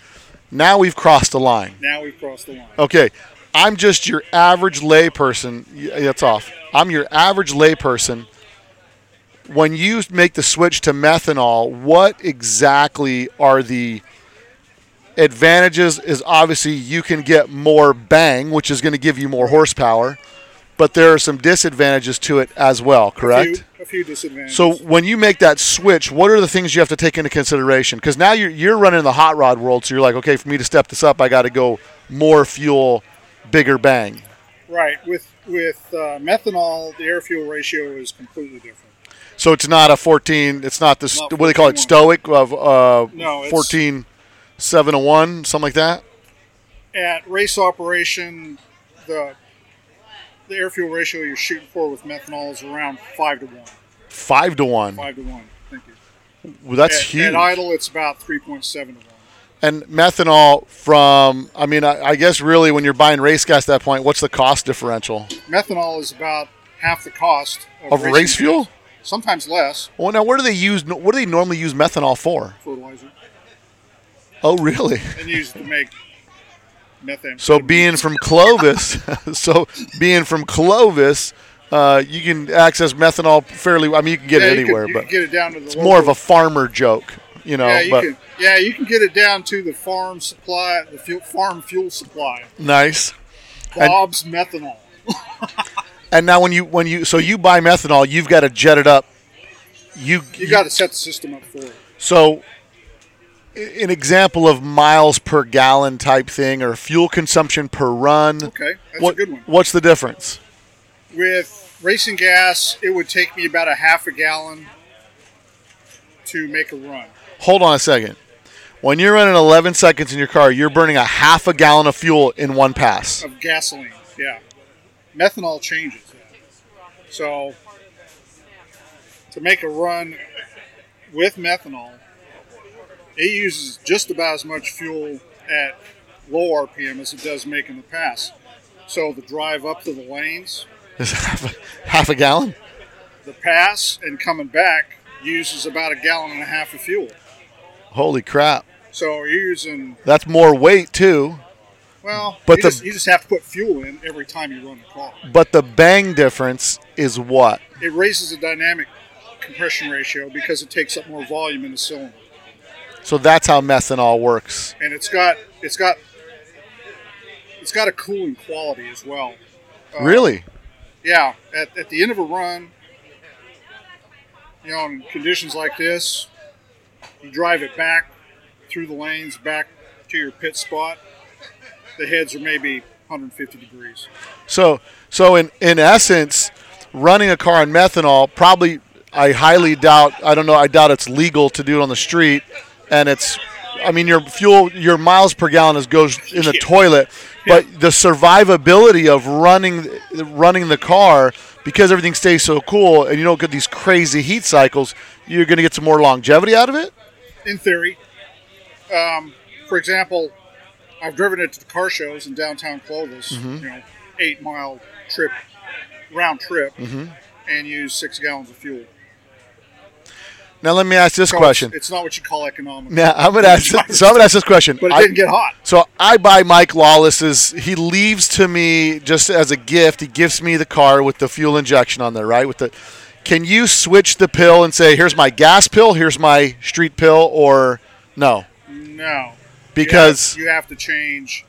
now we've crossed the line.
Now we've crossed the line.
Okay, I'm just your average layperson. Y- That's off. I'm your average layperson. When you make the switch to methanol, what exactly are the advantages? Is obviously you can get more bang, which is going to give you more horsepower, but there are some disadvantages to it as well, correct?
A few, a few disadvantages.
So when you make that switch, what are the things you have to take into consideration? Because now you're you're running in the hot rod world, so you're like, okay, for me to step this up, I got to go more fuel, bigger bang.
right with with uh, methanol, the air fuel ratio is completely different.
So it's not a 14. It's not this.
Not
what do they call it?
14.
Stoic of uh,
No, it's-
14, seven to one, something like that.
at race operation, the the air fuel ratio you're shooting for with methanol is around five to one.
Five to one.
Five to one. Thank you.
Well, that's
at,
huge.
At idle, it's about three point seven to one.
and methanol from. I mean, I, I guess really when you're buying race gas at that point, what's the cost differential
Methanol is about half the cost of,
of
racing
race fuel?
gas. Sometimes less
Well, now where do they use? What do they normally use methanol for?
fertilizer,
Oh, really?
and used to make methane.
So being from Clovis, so being from Clovis, uh, you can access methanol fairly. I mean, you can get
yeah,
it
you
anywhere,
can, you
but
can get it down to the
it's more of a farmer joke, you know.
yeah, you
but
can, yeah, you can get it down to the farm supply, the fuel, farm fuel supply.
nice.
Bob's methanol.
And now when you when you so you buy methanol, you've got to jet it up. You
You, got to set the system up for it.
So, i- an example of miles per gallon type thing or fuel consumption per run.
Okay, that's
What-
a good one.
What's the difference?
With racing gas, it would take me about a half a gallon to make a run.
Hold on a second. When you're running 11 seconds in your car, you're burning a half a gallon of fuel in one pass.
of gasoline. Yeah, methanol changes that. So to make a run with methanol, it uses just about as much fuel at low RPM as it does making the pass. So the drive up to the lanes,
Is half a, half a gallon?
the pass, and coming back uses about a gallon and a half of fuel.
Holy crap.
So you're using
That's more weight too,
well,
But
you,
the-
just, you just have to put fuel in every time you run the car.
but the bang difference is what?
it raises the dynamic compression ratio because it takes up more volume in the cylinder.
So that's how methanol works.
And it's got it's got it's got a cooling quality as well. Uh,
Really?
Yeah, at, at the end of a run, you know, in conditions like this, you drive it back through the lanes, back to your pit spot. The heads are maybe 150 degrees.
So so in in essence, running a car on methanol probably I highly doubt I don't know I doubt it's legal to do it on the street and it's I mean your fuel your miles per gallon is goes in the
Yeah.
toilet but the survivability of running running the car because everything stays so cool and you don't get these crazy heat cycles you're going to get some more longevity out of it
in theory. Um, for example, I've driven it to the car shows in downtown Clovis,
Mm-hmm.
you know, eight mile trip, round trip,
Mm-hmm.
and used six gallons of fuel.
Now let me ask this
So
question.
It's, it's not what you call economical,
Now I'm gonna ask. So I'm gonna ask this question.
but it
I-
didn't get hot.
so I buy Mike Lawless's. He leaves to me just as a gift. He gives me the car with the fuel injection on there, right? With the. Can you switch the pill and say, "Here's my gas pill. Here's my street pill," or no?
No,
Because
you have, you have to change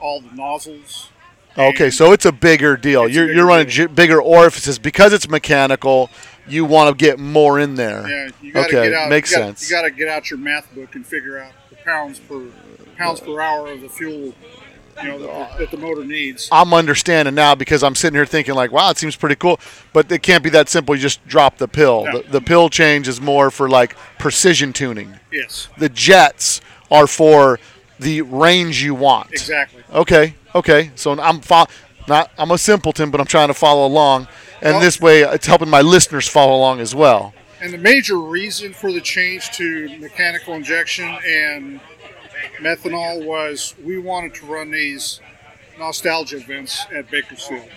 all the nozzles.
okay, so it's a bigger deal.
It's a
you're
bigger
you're running j-
deal.
bigger orifices because it's mechanical. You want to get more in there.
Yeah, you gotta
okay,
get out,
makes
you gotta,
sense.
You got to get out your math book and figure out the pounds per pounds per hour of the fuel, you know, that the, that the motor needs.
I'm understanding now because I'm sitting here thinking like, wow, it seems pretty cool, but it can't be that simple. You just drop the pill.
No.
The, the pill change is more for like precision tuning.
Yes,
The jets are for the range you want.
exactly.
Okay, okay. So I'm fo- not I'm a simpleton, but I'm trying to follow along, and
Well-
this way it's helping my listeners follow along as well.
And the major reason for the change to mechanical injection and methanol was we wanted to run these nostalgia events at Bakersfield.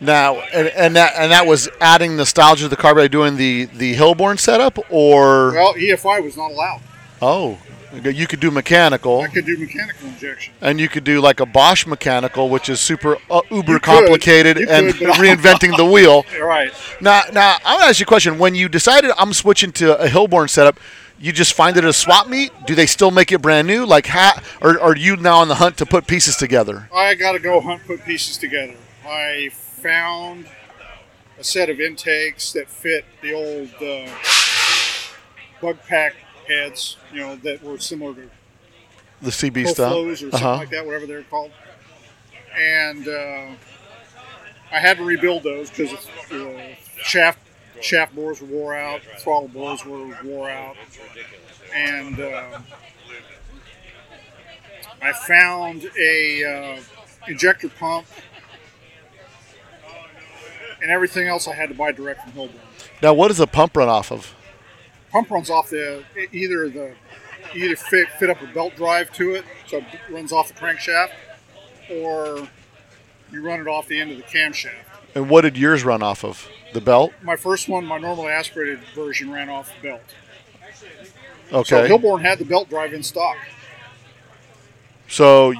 Now, and, and that and that was adding nostalgia to the car by doing the the Hillborn setup, or
Well, EFI was not allowed.
oh, you could do mechanical.
I could do mechanical injection.
and you could do like a Bosch mechanical, which is super uh, uber
You could.
complicated
You
and
could, but-
reinventing the wheel.
All right.
Now, now I'm gonna ask you a question. When you decided I'm switching to a Hillborn setup, you just find it at a swap meet? Do they still make it brand new? Like, ha- or are you now on the hunt to put pieces together?
I got to go hunt, put pieces together. I found a set of intakes that fit the old uh, bug pack heads, you know, that were similar to
The CB
Pro
stuff.
Flows or something
Uh-huh.
like that, whatever they're called. And uh, I had to rebuild those because uh, shaft shaft bores were wore out, throttle bores were wore out, and uh, I found a uh, injector pump and everything else I had to buy direct from Hillborn.
Now, what does the pump run off of?
Pump runs off the either the you either fit, fit up a belt drive to it, so it runs off the crankshaft, or you run it off the end of the camshaft.
And what did yours run off of? The belt.
My first one, my normally aspirated version, ran off the belt. So
Okay. So,
Hillborn had the belt drive in stock.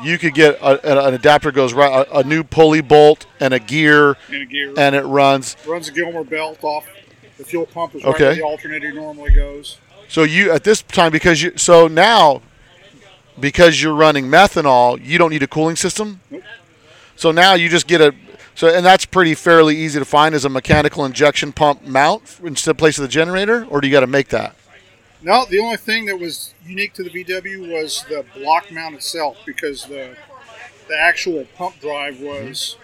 you could get a, an adapter goes right, a, a new pulley bolt and a gear,
In a gear,
and it runs
runs a Gilmore belt off. The fuel pump is right
Okay.
where the alternator normally goes.
So you at this time because you so now because you're running methanol, you don't need a cooling system.
Nope.
So now you just get a so and that's pretty fairly easy to find as a mechanical injection pump mount f- instead of place of the generator, or do you got to make that?
No, the only thing that was unique to the VW was the block mount itself because the the actual pump drive was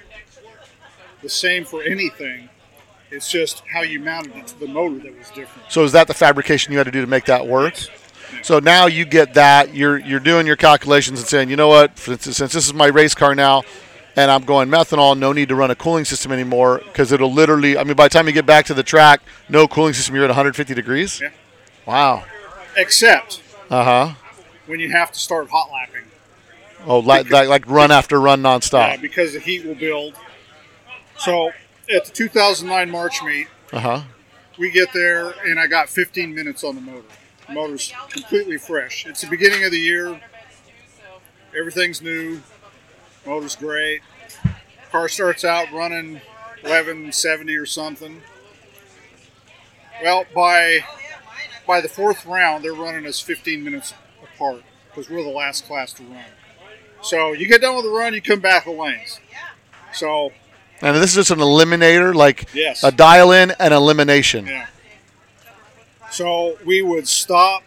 the same for anything. It's just how you mounted it to the motor that was different.
So is that the fabrication you had to do to make that work? So now you get that you're you're doing your calculations and saying, you know what, for instance, since this is my race car now, and I'm going methanol, no need to run a cooling system anymore because it'll literally. I mean, by the time you get back to the track, no cooling system. You're at 150 degrees.
Yeah.
Wow.
Except
Uh huh.
when you have to start hot lapping.
Oh, like, like like run after run
Yeah,
nonstop.
because the heat will build. So at the 2009 March meet,
Uh huh.
we get there and I got 15 minutes on the motor. The motor's completely fresh. It's the beginning of the year. Everything's new. Motor's great. Car starts out running 1170 or something. Well, by by the fourth round, they're running us 15 minutes apart because we're the last class to run. So you get done with the run, you come back the lanes. So
And this is just an eliminator, like
Yes.
a dial in and elimination.
Yeah. So we would stop,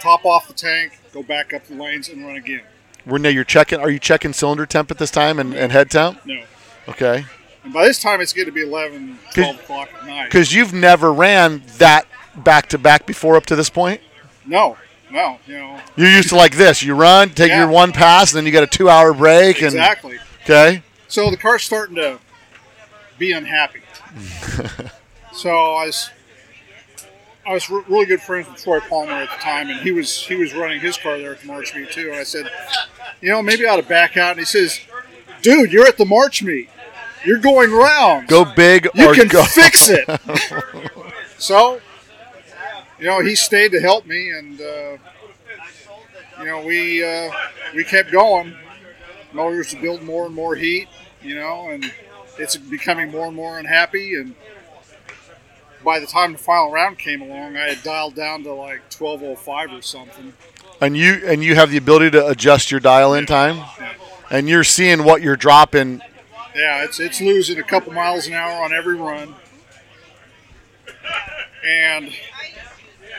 top off the tank, go back up the lanes, and run again.
We're now you're checking. Are you checking cylinder temp at this time and, and head temp?
No.
Okay.
And by this time, it's going to be 11, 12 o'clock at night.
Because you've never ran that back to back before up to this point.
No, no, you know,
You're used to like this. You run, take
Yeah.
your one pass, and then you get a two hour break. And
exactly.
okay,
So the car's starting to be unhappy. so I was, I was re- really good friends with Troy Palmer at the time, and he was he was running his car there at the March meet too. And I said, you know, maybe I ought to back out. And he says, dude, you're at the March meet. You're going rounds.
go big
You
or
can
go.
fix it. so, you know, he stayed to help me, and uh, you know, we uh, we kept going. Motors to build more and more heat, you know, and it's becoming more and more unhappy. And by the time the final round came along, I had dialed down to like twelve oh five or something.
and you and you have the ability to adjust your dial in time, and you're seeing what you're dropping.
Yeah, it's it's losing a couple miles an hour on every run. And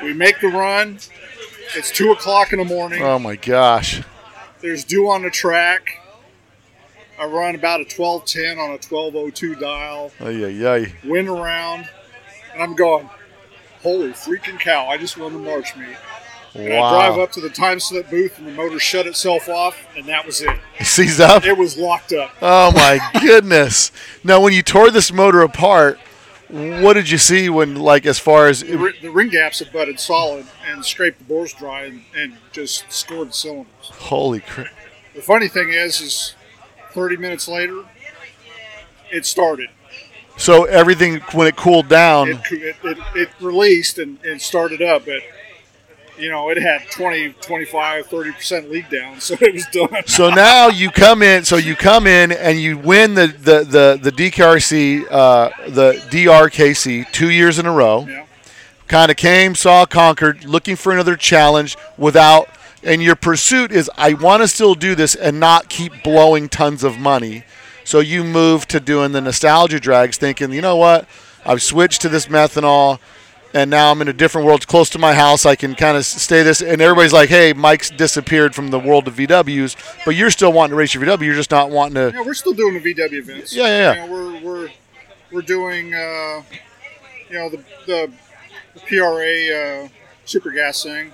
we make the run. It's two o'clock in the morning.
Oh my gosh!
There's dew on the track. I run about a twelve ten on a twelve oh two dial.
Oh yeah, yeah.
Win around, and I'm going. Holy freaking cow! I just won the March meet. And I drive
Wow.
up to the time slip booth, and the motor shut itself off, and that was it.
Sees up.
It was locked up.
Oh my goodness! Now, when you tore this motor apart, what did you see when, like, as far as
The, ri- the ring gaps had butted solid and scraped the bores dry and, and just scored the cylinders.
holy crap?
The funny thing is, is 30 minutes later, it started.
So everything when it cooled down,
It, cou- it, it, it released and, and started up, but, you know, it had 20, 25, 30% leak down, so it was done.
So now you come in. So you come in and you win the the the, the DKRC uh, the DRKC two years in a row.
Yeah.
Kind of came, saw, conquered, looking for another challenge without. And your pursuit is I want to still do this and not keep blowing tons of money. So you move to doing the nostalgia drags, thinking, you know what, I've switched to this methanol, and now I'm in a different world, It's close to my house. I can kind of stay this. And everybody's like, hey, Mike's disappeared from the world of VWs, but you're still wanting to race your VW. You're just not wanting to.
Yeah, we're still doing the VW events.
Yeah, yeah, yeah.
You know, we're, we're, we're doing, uh, you know, the, the, the PRA uh, Super Gas thing,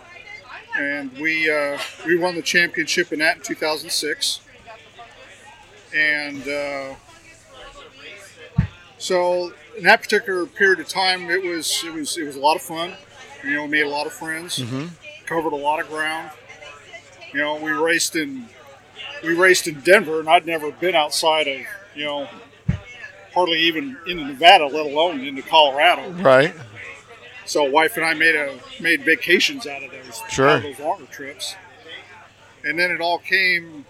and we uh, we won the championship in that in 2006. And uh, so, in that particular period of time, it was it was it was a lot of fun. You know, made a lot of friends,
Mm-hmm.
covered a lot of ground. You know, we raced in we raced in Denver, and I'd never been outside of you know hardly even into Nevada, let alone into Colorado.
Right.
So wife and I made a made vacations out of those
Sure.
out of those longer trips, and then it all came.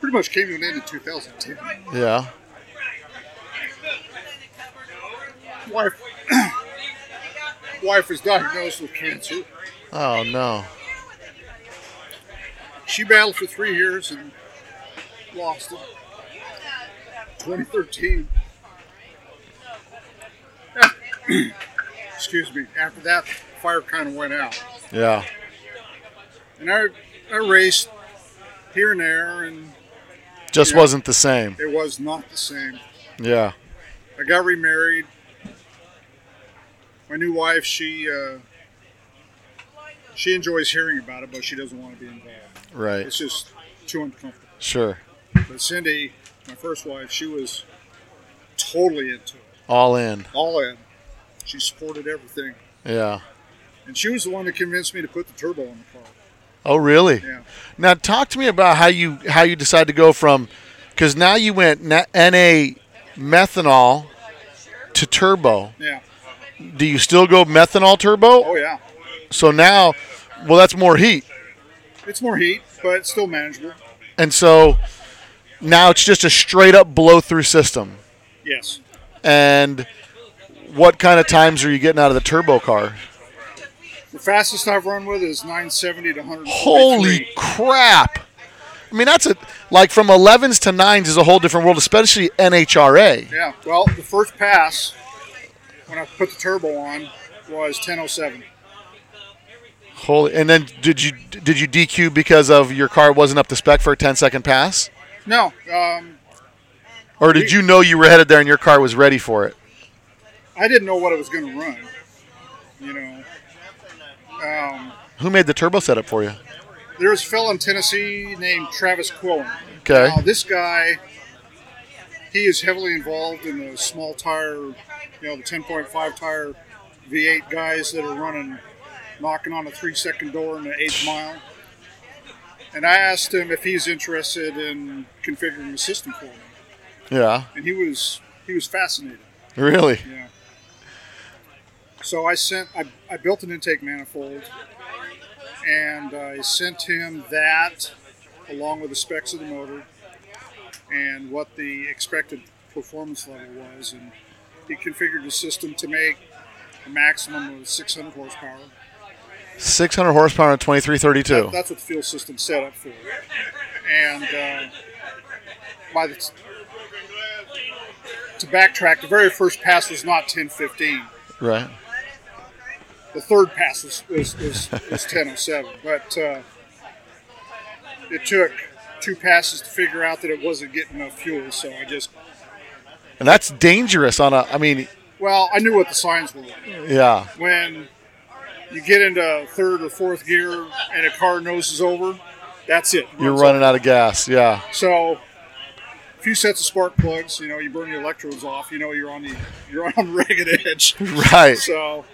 Pretty much came to an end in 2010.
Yeah.
Wife, wife was diagnosed with cancer.
Oh no.
She battled for three years and lost it. 2013. Excuse me. After that, the fire kind of went out.
Yeah.
And I, I raced here and there, and
Just
Yeah.
wasn't the same.
it was not the same.
Yeah.
I got remarried. My new wife, she uh, she enjoys hearing about it, but she doesn't want to be involved.
Right.
It's just too uncomfortable.
Sure.
But Cindy, my first wife, she was totally into it,
All in.
all in. She supported everything,
Yeah.
and she was the one that convinced me to put the turbo in the car.
Oh, really?
Yeah.
Now talk to me about how you how you decide to go from because now you went na- NA methanol to turbo.
Yeah.
Do you still go methanol turbo?
Oh yeah.
So now, well, that's more heat,
It's more heat, but it's still manageable.
and so now it's just a straight up blow through system.
Yes.
And what kind of times are you getting out of the turbo car?
The fastest I've run with is 970 to 100.
Holy crap! I mean, that's a like from 11s to 9s is a whole different world, especially NHRA.
Yeah. Well, the first pass when I put the turbo on was 1007.
Holy! And then did you did you DQ because of your car wasn't up to spec for a 10 second pass,
No, um,
or did you know you were headed there and your car was ready for it?
I didn't know what it was going to run. You know, um,
Who made the turbo setup for you?
there was a fellow in Tennessee named Travis Quillen.
Okay.
Now, this guy, he is heavily involved in the small tire, you know, the 10.5 tire V8 guys that are running, knocking on a three second door in the eighth mile. And I asked him if he's interested in configuring the system for me,
Yeah.
and he was he was fascinated.
Really?
Yeah. So I sent, I, I built an intake manifold and I sent him that along with the specs of the motor and what the expected performance level was. And he configured the system to make a maximum of 600 horsepower.
600 horsepower and 2332.
That's what the fuel system set up for. And uh, by the, to backtrack, the very first pass was not 1015.
Right.
the third pass was was, was, was 1007 but uh, it took two passes to figure out that it wasn't getting enough fuel so i just
And that's dangerous on a. I mean,
well i knew what the signs were
yeah.
when you get into third or fourth gear and a car noses over that's it
You're running out of gas. Yeah.
so a few sets of spark plugs you know you burn the electrodes off you know you're on the you're on ragged edge
Right.
So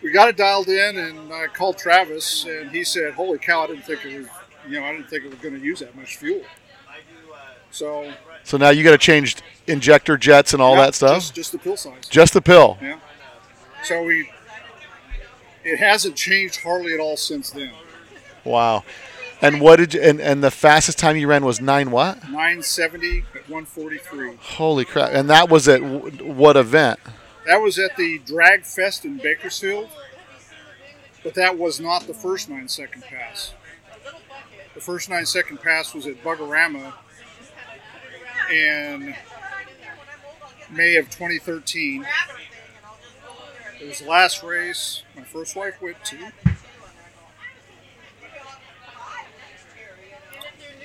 we got it dialed in, and I called Travis, and he said, "Holy cow! I didn't think it was, you know, I didn't think it was going to use that much fuel." So
So now you got to change injector jets and all
yeah,
that stuff.
just, just the pill size.
Just the pill.
Yeah. So we, it hasn't changed hardly at all since then.
Wow. And what did you, and and the fastest time you ran was nine what?
970 at 143.
Holy crap! And that was at w- what event?
That was at the Drag Fest in Bakersfield, but that was not the first nine second pass. The first nine second pass was at Buggerama in May of 2013. It was the last race my first wife went to.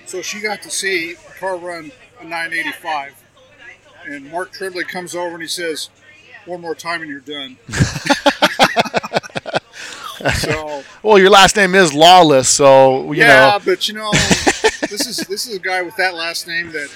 So she got to see a car run a 985. And Mark Tribbley comes over and he says, One more time and you're done. so,
Well, your last name is Lawless, so you
yeah,
know.
but you know, this is this is a guy with that last name that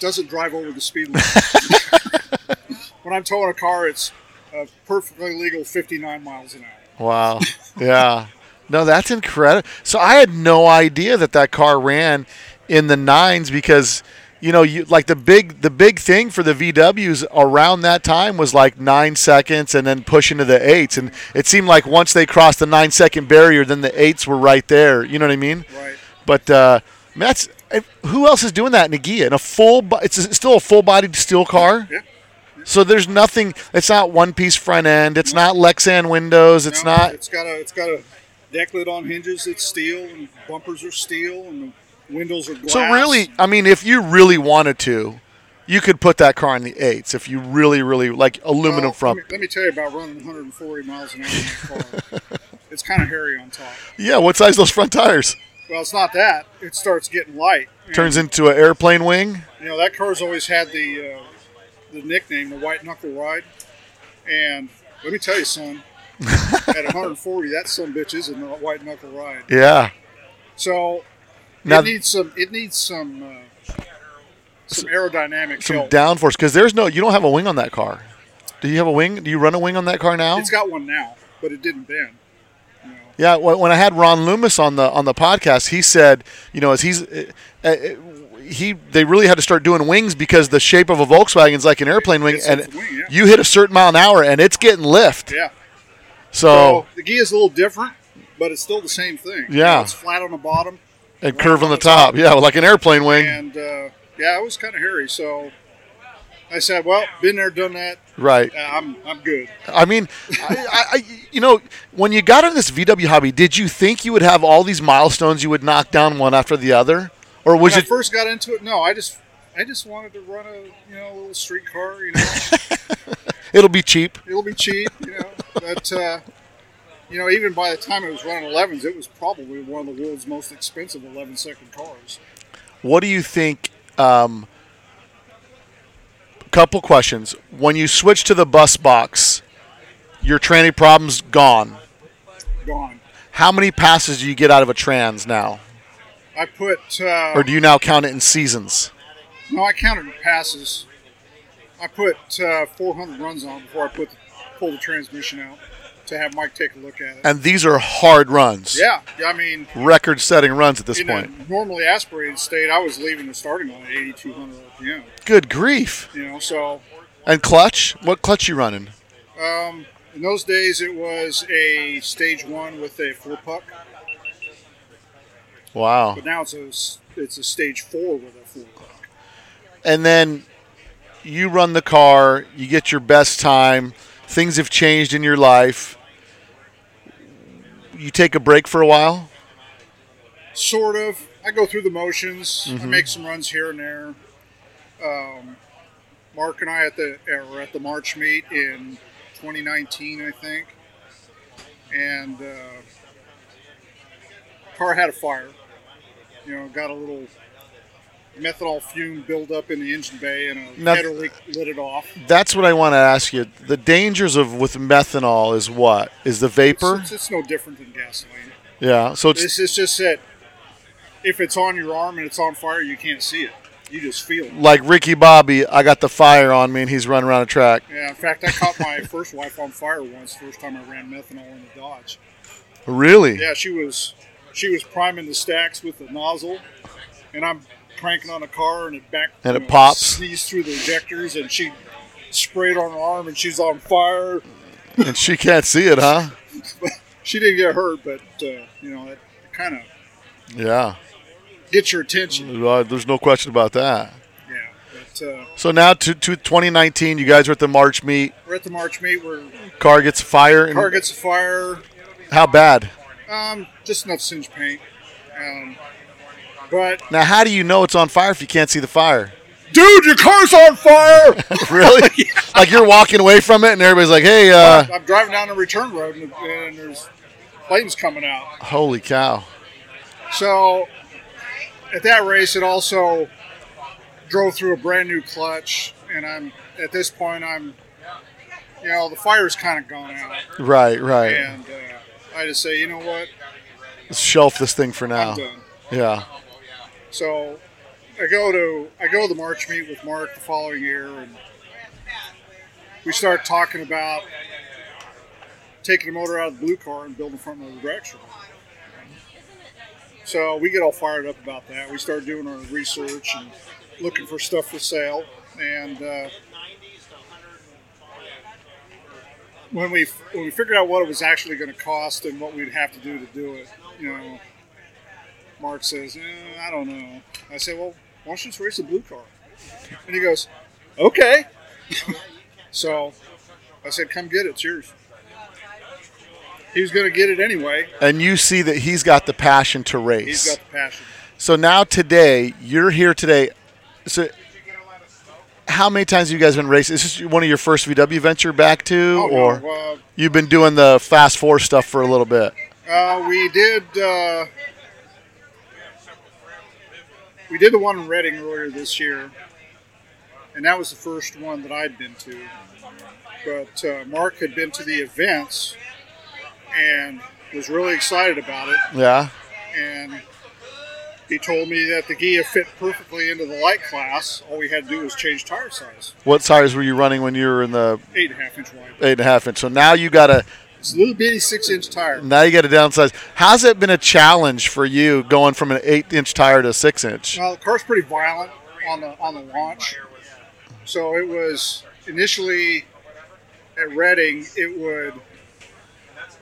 doesn't drive over the speed limit. when I'm towing a car, it's uh, perfectly legal 59 miles an hour.
Wow. Yeah. No, that's incredible. So I had no idea that that car ran in the nines because you know you like the big the big thing for the VWs around that time was like nine seconds and then push into the eights and it seemed like once they crossed the nine second barrier then the eights were right there. You know what I mean?
Right.
But uh, I mean, that's eh, who else is doing that in a Gia? In a full, bo- it's a- still a full-bodied steel car.
Yeah.
So there's nothing. It's not one-piece front end. It's not Lexan windows. It's
No,
not.
It's got a it's got a deck lid on hinges. It's steel, and bumpers are steel, and the windows are glass.
so really, I mean, if you really wanted to, you could put that car in the eights if you really, really like
Well,
aluminum
Let
front.
me, let me tell you about running 140 miles an hour in that car. it's kind of hairy on top.
Yeah. What size those front tires?
Well, it's not that. It starts getting light. And,
Turns into an airplane wing.
You know that car's always had the uh, the nickname the white knuckle ride, and let me tell you, son, at 140, that some bitch is a white knuckle ride.
Yeah.
So
Now-
it needs some. It needs some. Uh, some aerodynamic
Some
help.
downforce because there's no. You don't have a wing on that car. Do you have a wing? Do you run a wing on that car now?
It's got one now, but it didn't bend. You know,
Yeah, wh- when I had Ron Loomis on the on the podcast, he said, you know, as he's uh, uh, he they really had to start doing wings because the shape of a Volkswagen is like an airplane wing,
It's
and
a wing, yeah.
you hit a certain mile an hour and it's getting lift.
yeah.
So
So the gi is a little different, but it's still the same thing. You
Oh. Yeah.
know, it's flat on the bottom,
and curve on the top, yeah, like an airplane wing,
and uh, yeah, it was kind of hairy. So I said, "Well, been there, done that.
right?
Uh, I'm I'm good."
I mean, I, I, I- you know, when you got in this VW hobby, did you think you would have all these milestones? You would knock down one after the other, or was
When I
it?
first got into it, no, I just I just wanted to run a you know a little street car. You know,
It'll be cheap.
it'll be cheap. You know, but uh, you know, even by the time it was running 11s, it was probably one of the world's most expensive 11 second cars.
What do you think? Um, couple questions. When you switch to the bus box, your tranny problem's gone.
Gone.
How many passes do you get out of a trans now,
I put uh,
or do you now count it in seasons?
No, I counted the passes. I put uh, 400 runs on before I put the, pull the transmission out to have Mike take a look at it.
And these are hard runs,
Yeah, yeah, I mean,
record-setting runs at this
in
point.
a normally aspirated state, I was leaving the starting line at 8,200 RPM.
Good grief!
You know, so
And clutch? What clutch you running?
um, in those days it was a stage one with a four puck,
Wow.
but now it's a s- it's a stage four with a four puck.
and then you run the car, you get your best time, things have changed in your life. You take a break for a while.
Sort of. I go through the motions. I make some runs here and there. Um, Mark and I at the uh, were at the March meet in 2019, I think, and uh, car had a fire. You know, got a little methanol fume buildup in the engine bay, and a
Now-
header leak lit it off.
That's what I want to ask you. The dangers of with methanol is what? Is the
So
vapor?
It's, it's no different than gasoline.
Yeah. So it's
This is just that if it's on your arm and it's on fire, you can't see it. You just feel it.
like Ricky Bobby, I got the fire on me and he's running around a track.
Yeah, in fact, I caught my first wife on fire once. First time I ran methanol in a Dodge.
Really?
Yeah, she was she was priming the stacks with the nozzle, and I'm cranking on a car, and it back
And it
you know,
pops.
sneezed through the ejectors, and she sprayed on her arm, and she's on fire.
And she can't see it, huh?
She didn't get hurt, but uh, you know, it kind of
Yeah.
gets your attention.
Uh, There's no question about that.
Yeah, but uh,
So now to, to 2019, you guys are at the March meet.
we're at the March meet. Where
Car gets fire. And
car gets a fire.
How bad?
Um, just enough singe paint. Um, but
Now, how do you know it's on fire if you can't see the fire?
dude, your car's on fire!
Really? Like you're walking away from it, and everybody's like, "Hey, uh,
I'm driving down the return road and, and there's flames coming out.
holy cow!"
So at that race, it also drove through a brand new clutch, and I'm at this point, I'm you know the fire's kind of gone out,
Right, right.
and uh, I just say, you know what,
Let's shelf this thing for now.
I'm done.
Yeah,
So I go to I go to the March meet with Mark the following year, and we start talking about taking the motor out of the blue car and building front row drag strip. So we get all fired up about that. We start doing our research and looking for stuff for sale. And uh, when we when we figured out what it was actually going to cost and what we'd have to do to do it, you know, Mark says, eh, I don't know. I say, well, why don't you just race the blue car? And he goes, okay. so I said, come get it. It's yours. He was going to get it anyway.
and you see that he's got the passion to
He's
race.
got the passion.
so now today, you're here today. So, how many times have you guys been racing? Is this one of your first VW venture back to,
Oh, no,
or
uh,
you've been doing the fast four stuff for a little bit?
Uh, we did. Uh, we did the one in Reading earlier this year, and that was the first one that I'd been to. But uh, Mark had been to the events and was really excited about it.
Yeah.
And he told me that the Gia fit perfectly into the light class. All we had to do was change tire size,
What size were you running when you were in the
eight and a half inch wide.
eight and a half inch? So now you got to
It's a little bitty six inch tire.
now you got to downsize. How's it been a challenge for you going from an eight inch tire to a six inch?
Well, the car's pretty violent on the on the launch, so it was initially at Reading. It would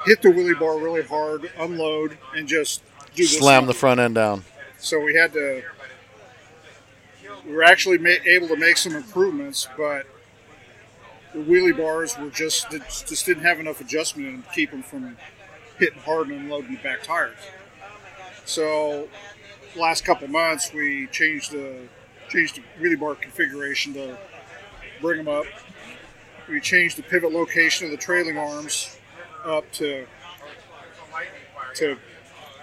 hit the wheelie bar really hard, unload, and just do this
Slam the
thing.
front end down.
So we had to. We were actually ma- able to make some improvements, but the wheelie bars were just they just didn't have enough adjustment in them to keep them from hitting hard and unloading the back tires. So, last couple months we changed the changed the wheelie bar configuration to bring them up. We changed the pivot location of the trailing arms up to to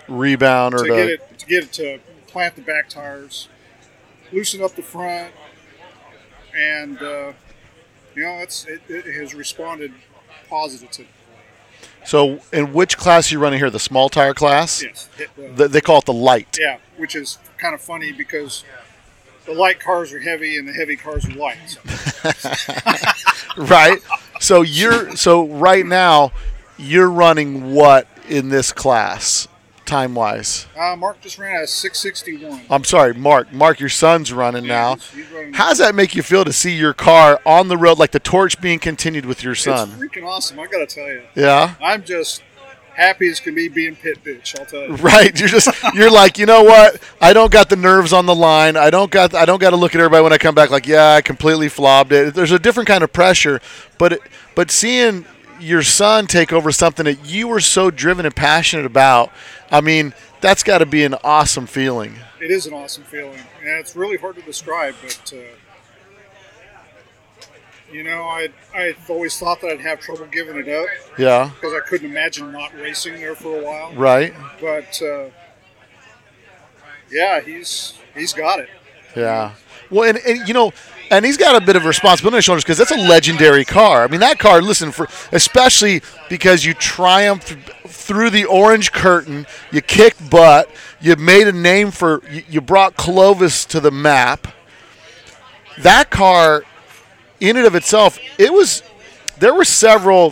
Rebound or
to get
to,
it to get it to plant the back tires, loosen up the front, and uh, you know it's it, it has responded positive to
so in which class you running here? The small tire class.
yes, it, uh,
Th- they call it the light.
yeah, which is kind of funny because the light cars are heavy and the heavy cars are light. So,
right? So you're so right now you're running what in this class time wise?
uh, Mark just ran a 661.
I'm sorry, Mark. Mark, your son's running Oh, now.
He's- he's running-
How does that make you feel to see your car on the road, like the torch being continued with your
it's
son?
freaking awesome. I gotta tell you,
Yeah,
I'm just happy as can be being pit bitch. I'll tell you.
right. You're just you're like, you know what? I don't got the nerves on the line. I don't got I don't got to look at everybody when I come back. Like, yeah, I completely flobbed it. There's a different kind of pressure, but it, but seeing your son take over something that you were so driven and passionate about, I mean, that's got to be an awesome feeling.
it is an awesome feeling, and it's really hard to describe. But uh, you know, I I always thought that I'd have trouble giving it up
Yeah,
because I couldn't imagine not racing there for a while.
right.
But uh, yeah, he's he's got it.
Yeah. Well, and, and you know, and he's got a bit of responsibility on his shoulders because that's a legendary car. I mean, that car, listen, for especially because you triumphed through the orange curtain, you kicked butt, you made a name for, you, you brought Clovis to the map. That car, in and of itself, it was, there were several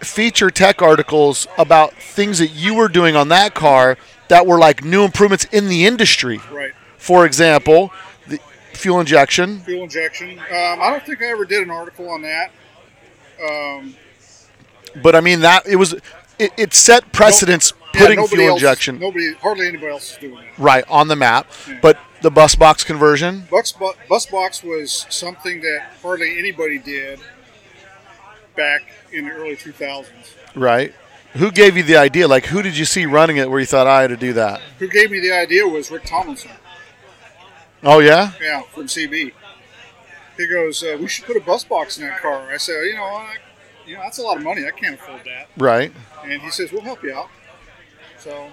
feature tech articles about things that you were doing on that car that were like new improvements in the industry
Right.
for example, the fuel injection.
Fuel injection. Um, I don't think I ever did an article on that.
But I mean that it was it, it set precedence
Yeah,
putting
nobody
fuel
else-
injection
Nobody, hardly anybody else is doing that.
right on the map. But the bus box conversion,
Bus, bu- bus box was something that hardly anybody did back in the early 2000s.
right? Who gave you the idea? Like who did you see running it where you thought I had to do that?
Who gave me the idea was Rick Tomlinson,
Oh yeah,
yeah, from CB. He goes, uh, "We should put a bus box in that car." I said, "You know, I, you know, that's a lot of money. I can't afford that."
right.
And he says, "We'll help you out." So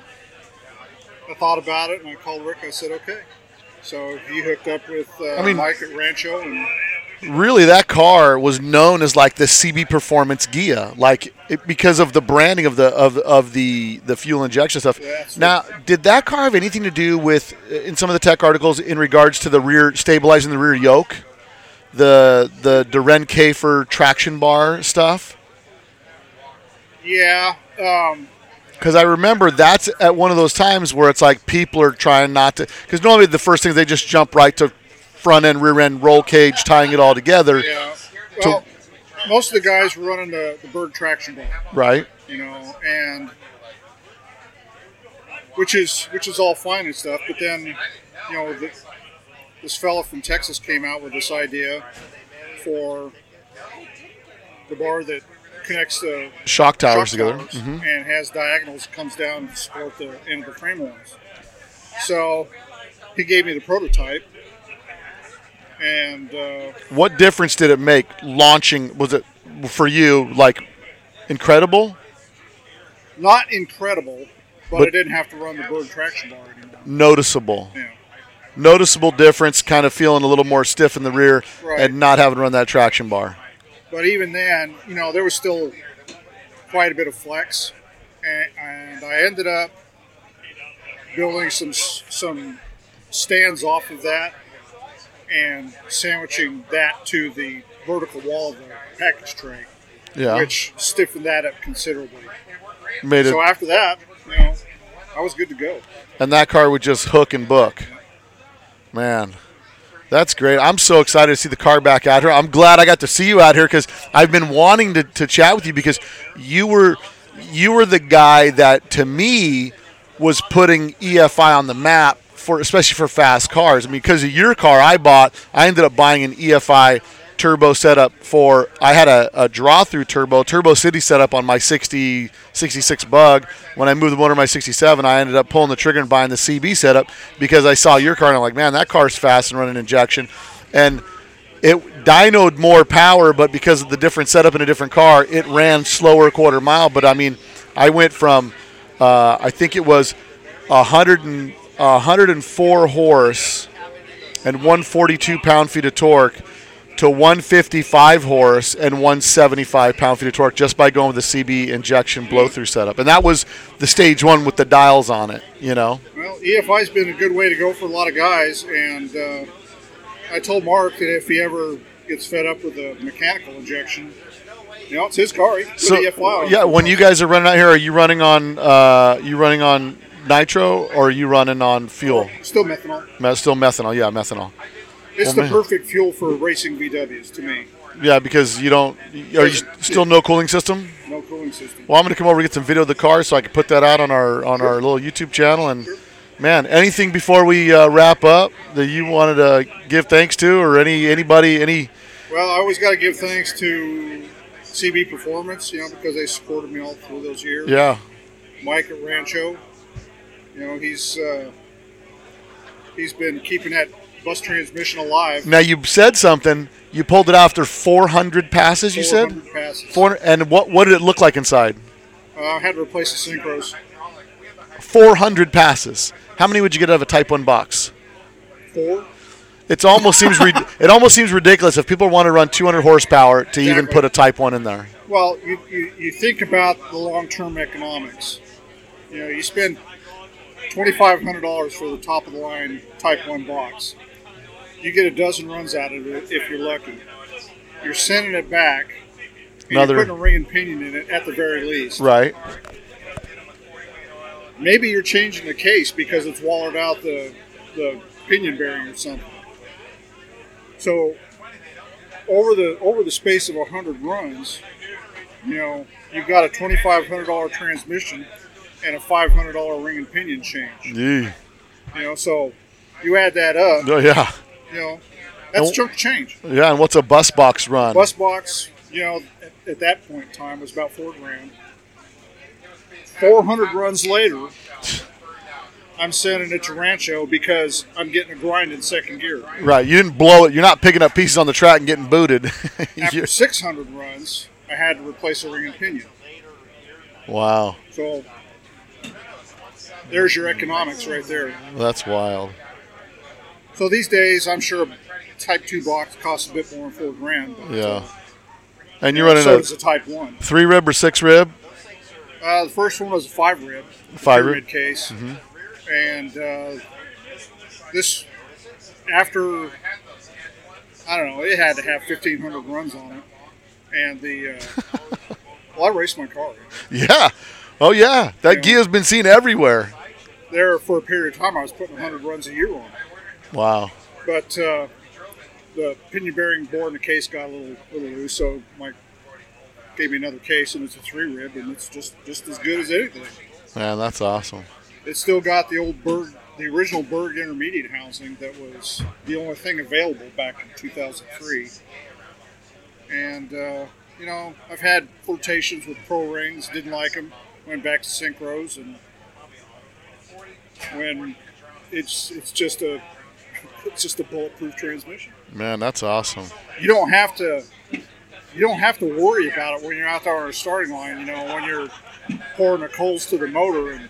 I thought about it, and I called Rick. I said, "Okay." So he hooked up with uh,
mean-
Mike at Rancho, and
Really, that car was known as like the CB Performance Gia, like it, because of the branding of the of, of the the fuel injection stuff.
That's
now, did that car have anything to do with uh, in some of the tech articles in regards to the rear stabilizing the rear yoke, the the Duren Kafer traction bar stuff?
yeah, um,
Because I remember that's at one of those times where it's like people are trying not to. Because normally the first thing they just jump right to front end, rear end, roll cage, tying it all together,
yeah. Well, most of the guys were running the, the Bird traction bar.
right?
you know, and which is which is all fine and stuff. But then, you know, the, this fella from Texas came out with this idea for the bar that connects the
Shock towers
shock
together. Mm-hmm.
towers and has diagonals comes down to support the end of the frame lines. So he gave me the prototype, and uh,
What difference did it make launching? Was it for you like incredible?
not incredible, but,
But-
I didn't have to run the bird traction bar anymore.
Noticeable.
Yeah.
noticeable difference, kind of feeling a little more stiff in the rear
Right.
and not having to run that traction bar.
But even then, you know, there was still quite a bit of flex, and, and I ended up building some s- some stands off of that and sandwiching that to the vertical wall of the package tray,
Yeah,
which stiffened that up considerably.
made it,
So after that, you know, I was good to go.
and that car would just hook and book. Man, that's great. I'm so excited to see the car back out here. I'm glad I got to see you out here because I've been wanting to, to chat with you because you were you were the guy that to me was putting EFI on the map for especially for fast cars. I mean, because of your car I bought, I ended up buying an E EFI turbo setup for I had a, a draw through turbo turbo city setup on my 60 66 bug when I moved the motor to my 67 I ended up pulling the trigger and buying the CB setup because I saw your car and I'm like man that car's fast and running injection and it dynoed more power, but because of the different setup in a different car, it ran slower quarter mile. But I mean, I went from, uh, I think it was 100 and, 104 horse and 142 pound feet of torque to 155 horse and 175 pound feet of torque just by going with the CB injection blow through setup. And that was the stage one with the dials on it, you know?
Well, EFI's been a good way to go for a lot of guys, and uh, I told Mark that if he ever gets fed up with the mechanical injection, you know, it's his car. He can put EFI on.
yeah, when you guys are running out here, are you running on uh, you running on nitro or are you running on fuel?
still methanol.
Me- Still methanol, yeah, methanol.
It's
Well,
the
man.
perfect fuel for racing VWs to me.
Yeah, because you don't. Are you still no cooling system?
No cooling system.
Well, I'm gonna come over and get some video of the car so I can put that out on our on our little YouTube channel. And man, anything before we uh, wrap up that you wanted to give thanks to or any anybody any
Well, I always got to give thanks to CB Performance, you know, because they supported me all through those years.
yeah
Mike at Rancho. You know, he's uh, he's been keeping that bus transmission alive.
Now you said something. You pulled it after 400 passes. You said
400 passes.
400, and what what did it look like inside?
Uh, I had to replace the synchros.
400 passes. How many would you get out of a Type 1 box?
Four.
It almost seems re- it almost seems ridiculous if people want to run 200 horsepower to even
Exactly.
put a Type 1 in there.
Well, you, you, you think about the long term economics. You know, you spend $2,500 for the top of the line Type 1 box. You get a dozen runs out of it if you're lucky. You're sending it back. and
Another-
You're putting a ring and pinion in it at the very least.
Right.
Maybe you're changing the case because it's wallered out the, the pinion bearing or something. So over the over the space of hundred runs, you know, you've got a twenty five hundred dollar transmission and a five hundred dollar ring and pinion change.
Yeah.
You know, so you add that up,
Oh, yeah.
you know, that's a chunk of change.
Yeah. And what's a bus box run?
Bus box, you know, at, at that point in time was about four grand. Four hundred runs later, I'm sending it to Rancho because I'm getting a grind in second gear.
Right. You didn't blow it. You're not picking up pieces on the track and getting booted.
After
You-
600 runs, I had to replace a ring and pinion.
wow.
So there's your economics right there.
That's wild.
So these days, I'm sure a Type 2 box costs a bit more than four grand. But uh,
Yeah. And you're running
so
a
does the Type 1.
three rib or six rib?
Uh, the first one was a five rib,
Five rib.
pyramid
Mm-hmm.
case, and uh, this after I don't know, it had to have 1,500 runs on it, and the uh, well, I raced my car.
Yeah. Oh yeah. That
Yeah.
Gia's been seen everywhere.
there for a period of time. I was putting 100 runs a year on, it.
Wow.
but uh, the pinion bearing bore in the case got a little little loose, so Mike gave me another case, and it's a three rib, and it's just just as good as anything.
Man, that's awesome.
It's still got the old Berg, the original Berg intermediate housing that was the only thing available back in 2003. And, uh, you know, I've had flirtations with pro rings, didn't like them, went back to synchros, and when it's it's just a it's just a bulletproof transmission.
Man, that's awesome.
You don't have to you don't have to worry about it when you're out there on a starting line. You know, when you're pouring the coals to the motor and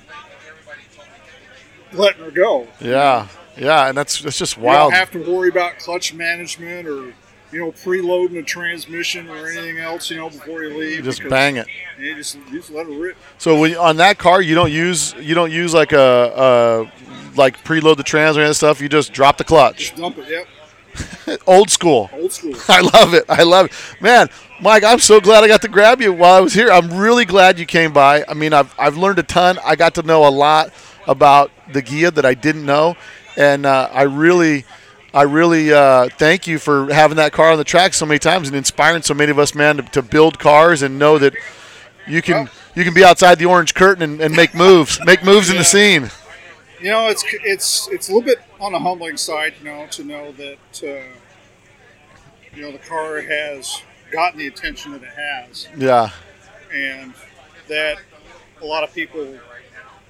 letting her go.
Yeah. Yeah, and that's that's just
You don't
wild.
have to worry about clutch management or you know preloading the transmission or anything else. You know before you leave,
You just
because
bang it.
You just, you just let it rip.
So when, on that car, you don't use you don't use like a, a like preload the trans or any of that stuff. You just drop the clutch.
Just dump it. Yep,
Old school.
old school.
I love it. I love it, man. Mike, I'm so glad I got to grab you while I was here. I'm really glad you came by. I mean, I've I've learned a ton. I got to know a lot about the Gia that I didn't know, and uh, I really. I really uh, thank you for having that car on the track so many times and inspiring so many of us, man, to, to build cars and know that you can you can be outside the orange curtain and, and make moves, make moves in the scene.
You know, it's it's it's a little bit on the humbling side, you know, to know that uh, you know the car has gotten the attention that it has,
Yeah,
and that a lot of people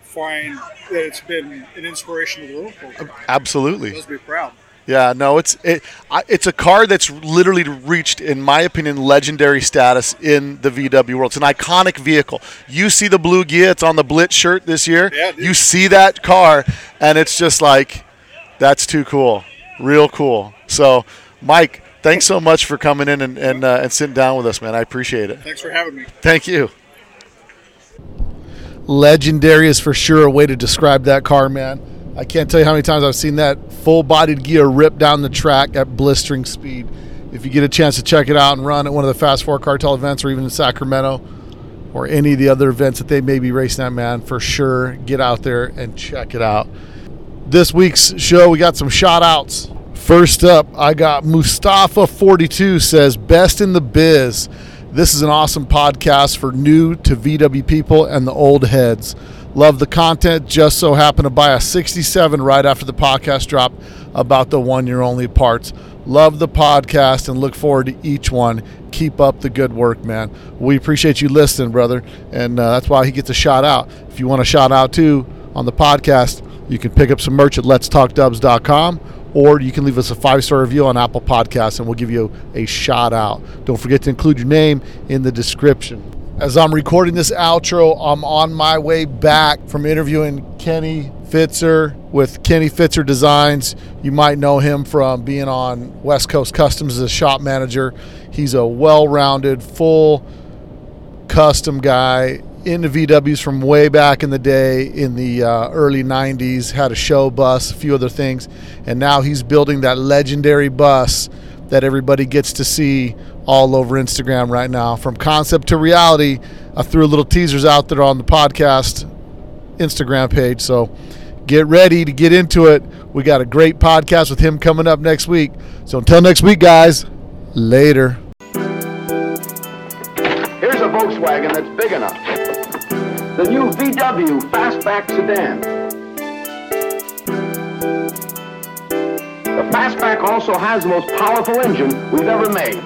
find that it's been an inspiration to the road program.
absolutely.
Let's be proud.
Yeah, no, it's it, I, it's a car that's literally reached, in my opinion, legendary status in the VW world. It's an iconic vehicle. You see the blue gear; it's on the Blitz shirt this year.
Yeah, dude.
you see that car, and it's just like, that's too cool, real cool. So, Mike, thanks so much for coming in and and, uh, and sitting down with us, man. I appreciate it.
Thanks for having me.
Thank you. Legendary is for sure a way to describe that car, man. I can't tell you how many times I've seen that full bodied gear rip down the track at blistering speed. If you get a chance to check it out and run at one of the Fast Four Cartel events or even in Sacramento or any of the other events that they may be racing at, man, for sure get out there and check it out. This week's show, we got some shout outs. First up, I got Mustafa42 says, Best in the Biz. This is an awesome podcast for new to VW people and the old heads. Love the content. Just so happened to buy a 67 right after the podcast drop about the one year only parts. Love the podcast and look forward to each one. Keep up the good work, man. We appreciate you listening, brother. And uh, that's why he gets a shout out. If you want a shout out too on the podcast, you can pick up some merch at letstalkdubs.com or you can leave us a five star review on Apple Podcasts and we'll give you a shout out. Don't forget to include your name in the description. As I'm recording this outro, I'm on my way back from interviewing Kenny Fitzer with Kenny Fitzer Designs. You might know him from being on West Coast Customs as a shop manager. He's a well rounded, full custom guy into VWs from way back in the day in the uh, early 90s, had a show bus, a few other things, and now he's building that legendary bus that everybody gets to see all over Instagram right now. From concept to reality, I threw little teasers out there on the podcast Instagram page, so get ready to get into it. We got a great podcast with him coming up next week. So until next week, guys, later.
Here's a Volkswagen that's big enough. The new VW Fastback Sedan. The Fastback also has the most powerful engine we've ever made.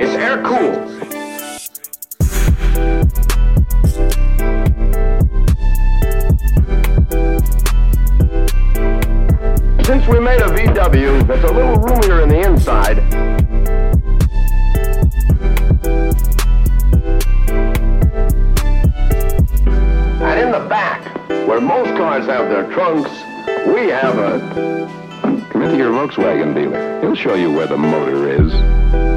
It's air cooled. Since we made a VW that's a little roomier in the inside, And in the back, where most cars have their trunks, we have a. Come into your Volkswagen dealer. He'll show you where the motor is.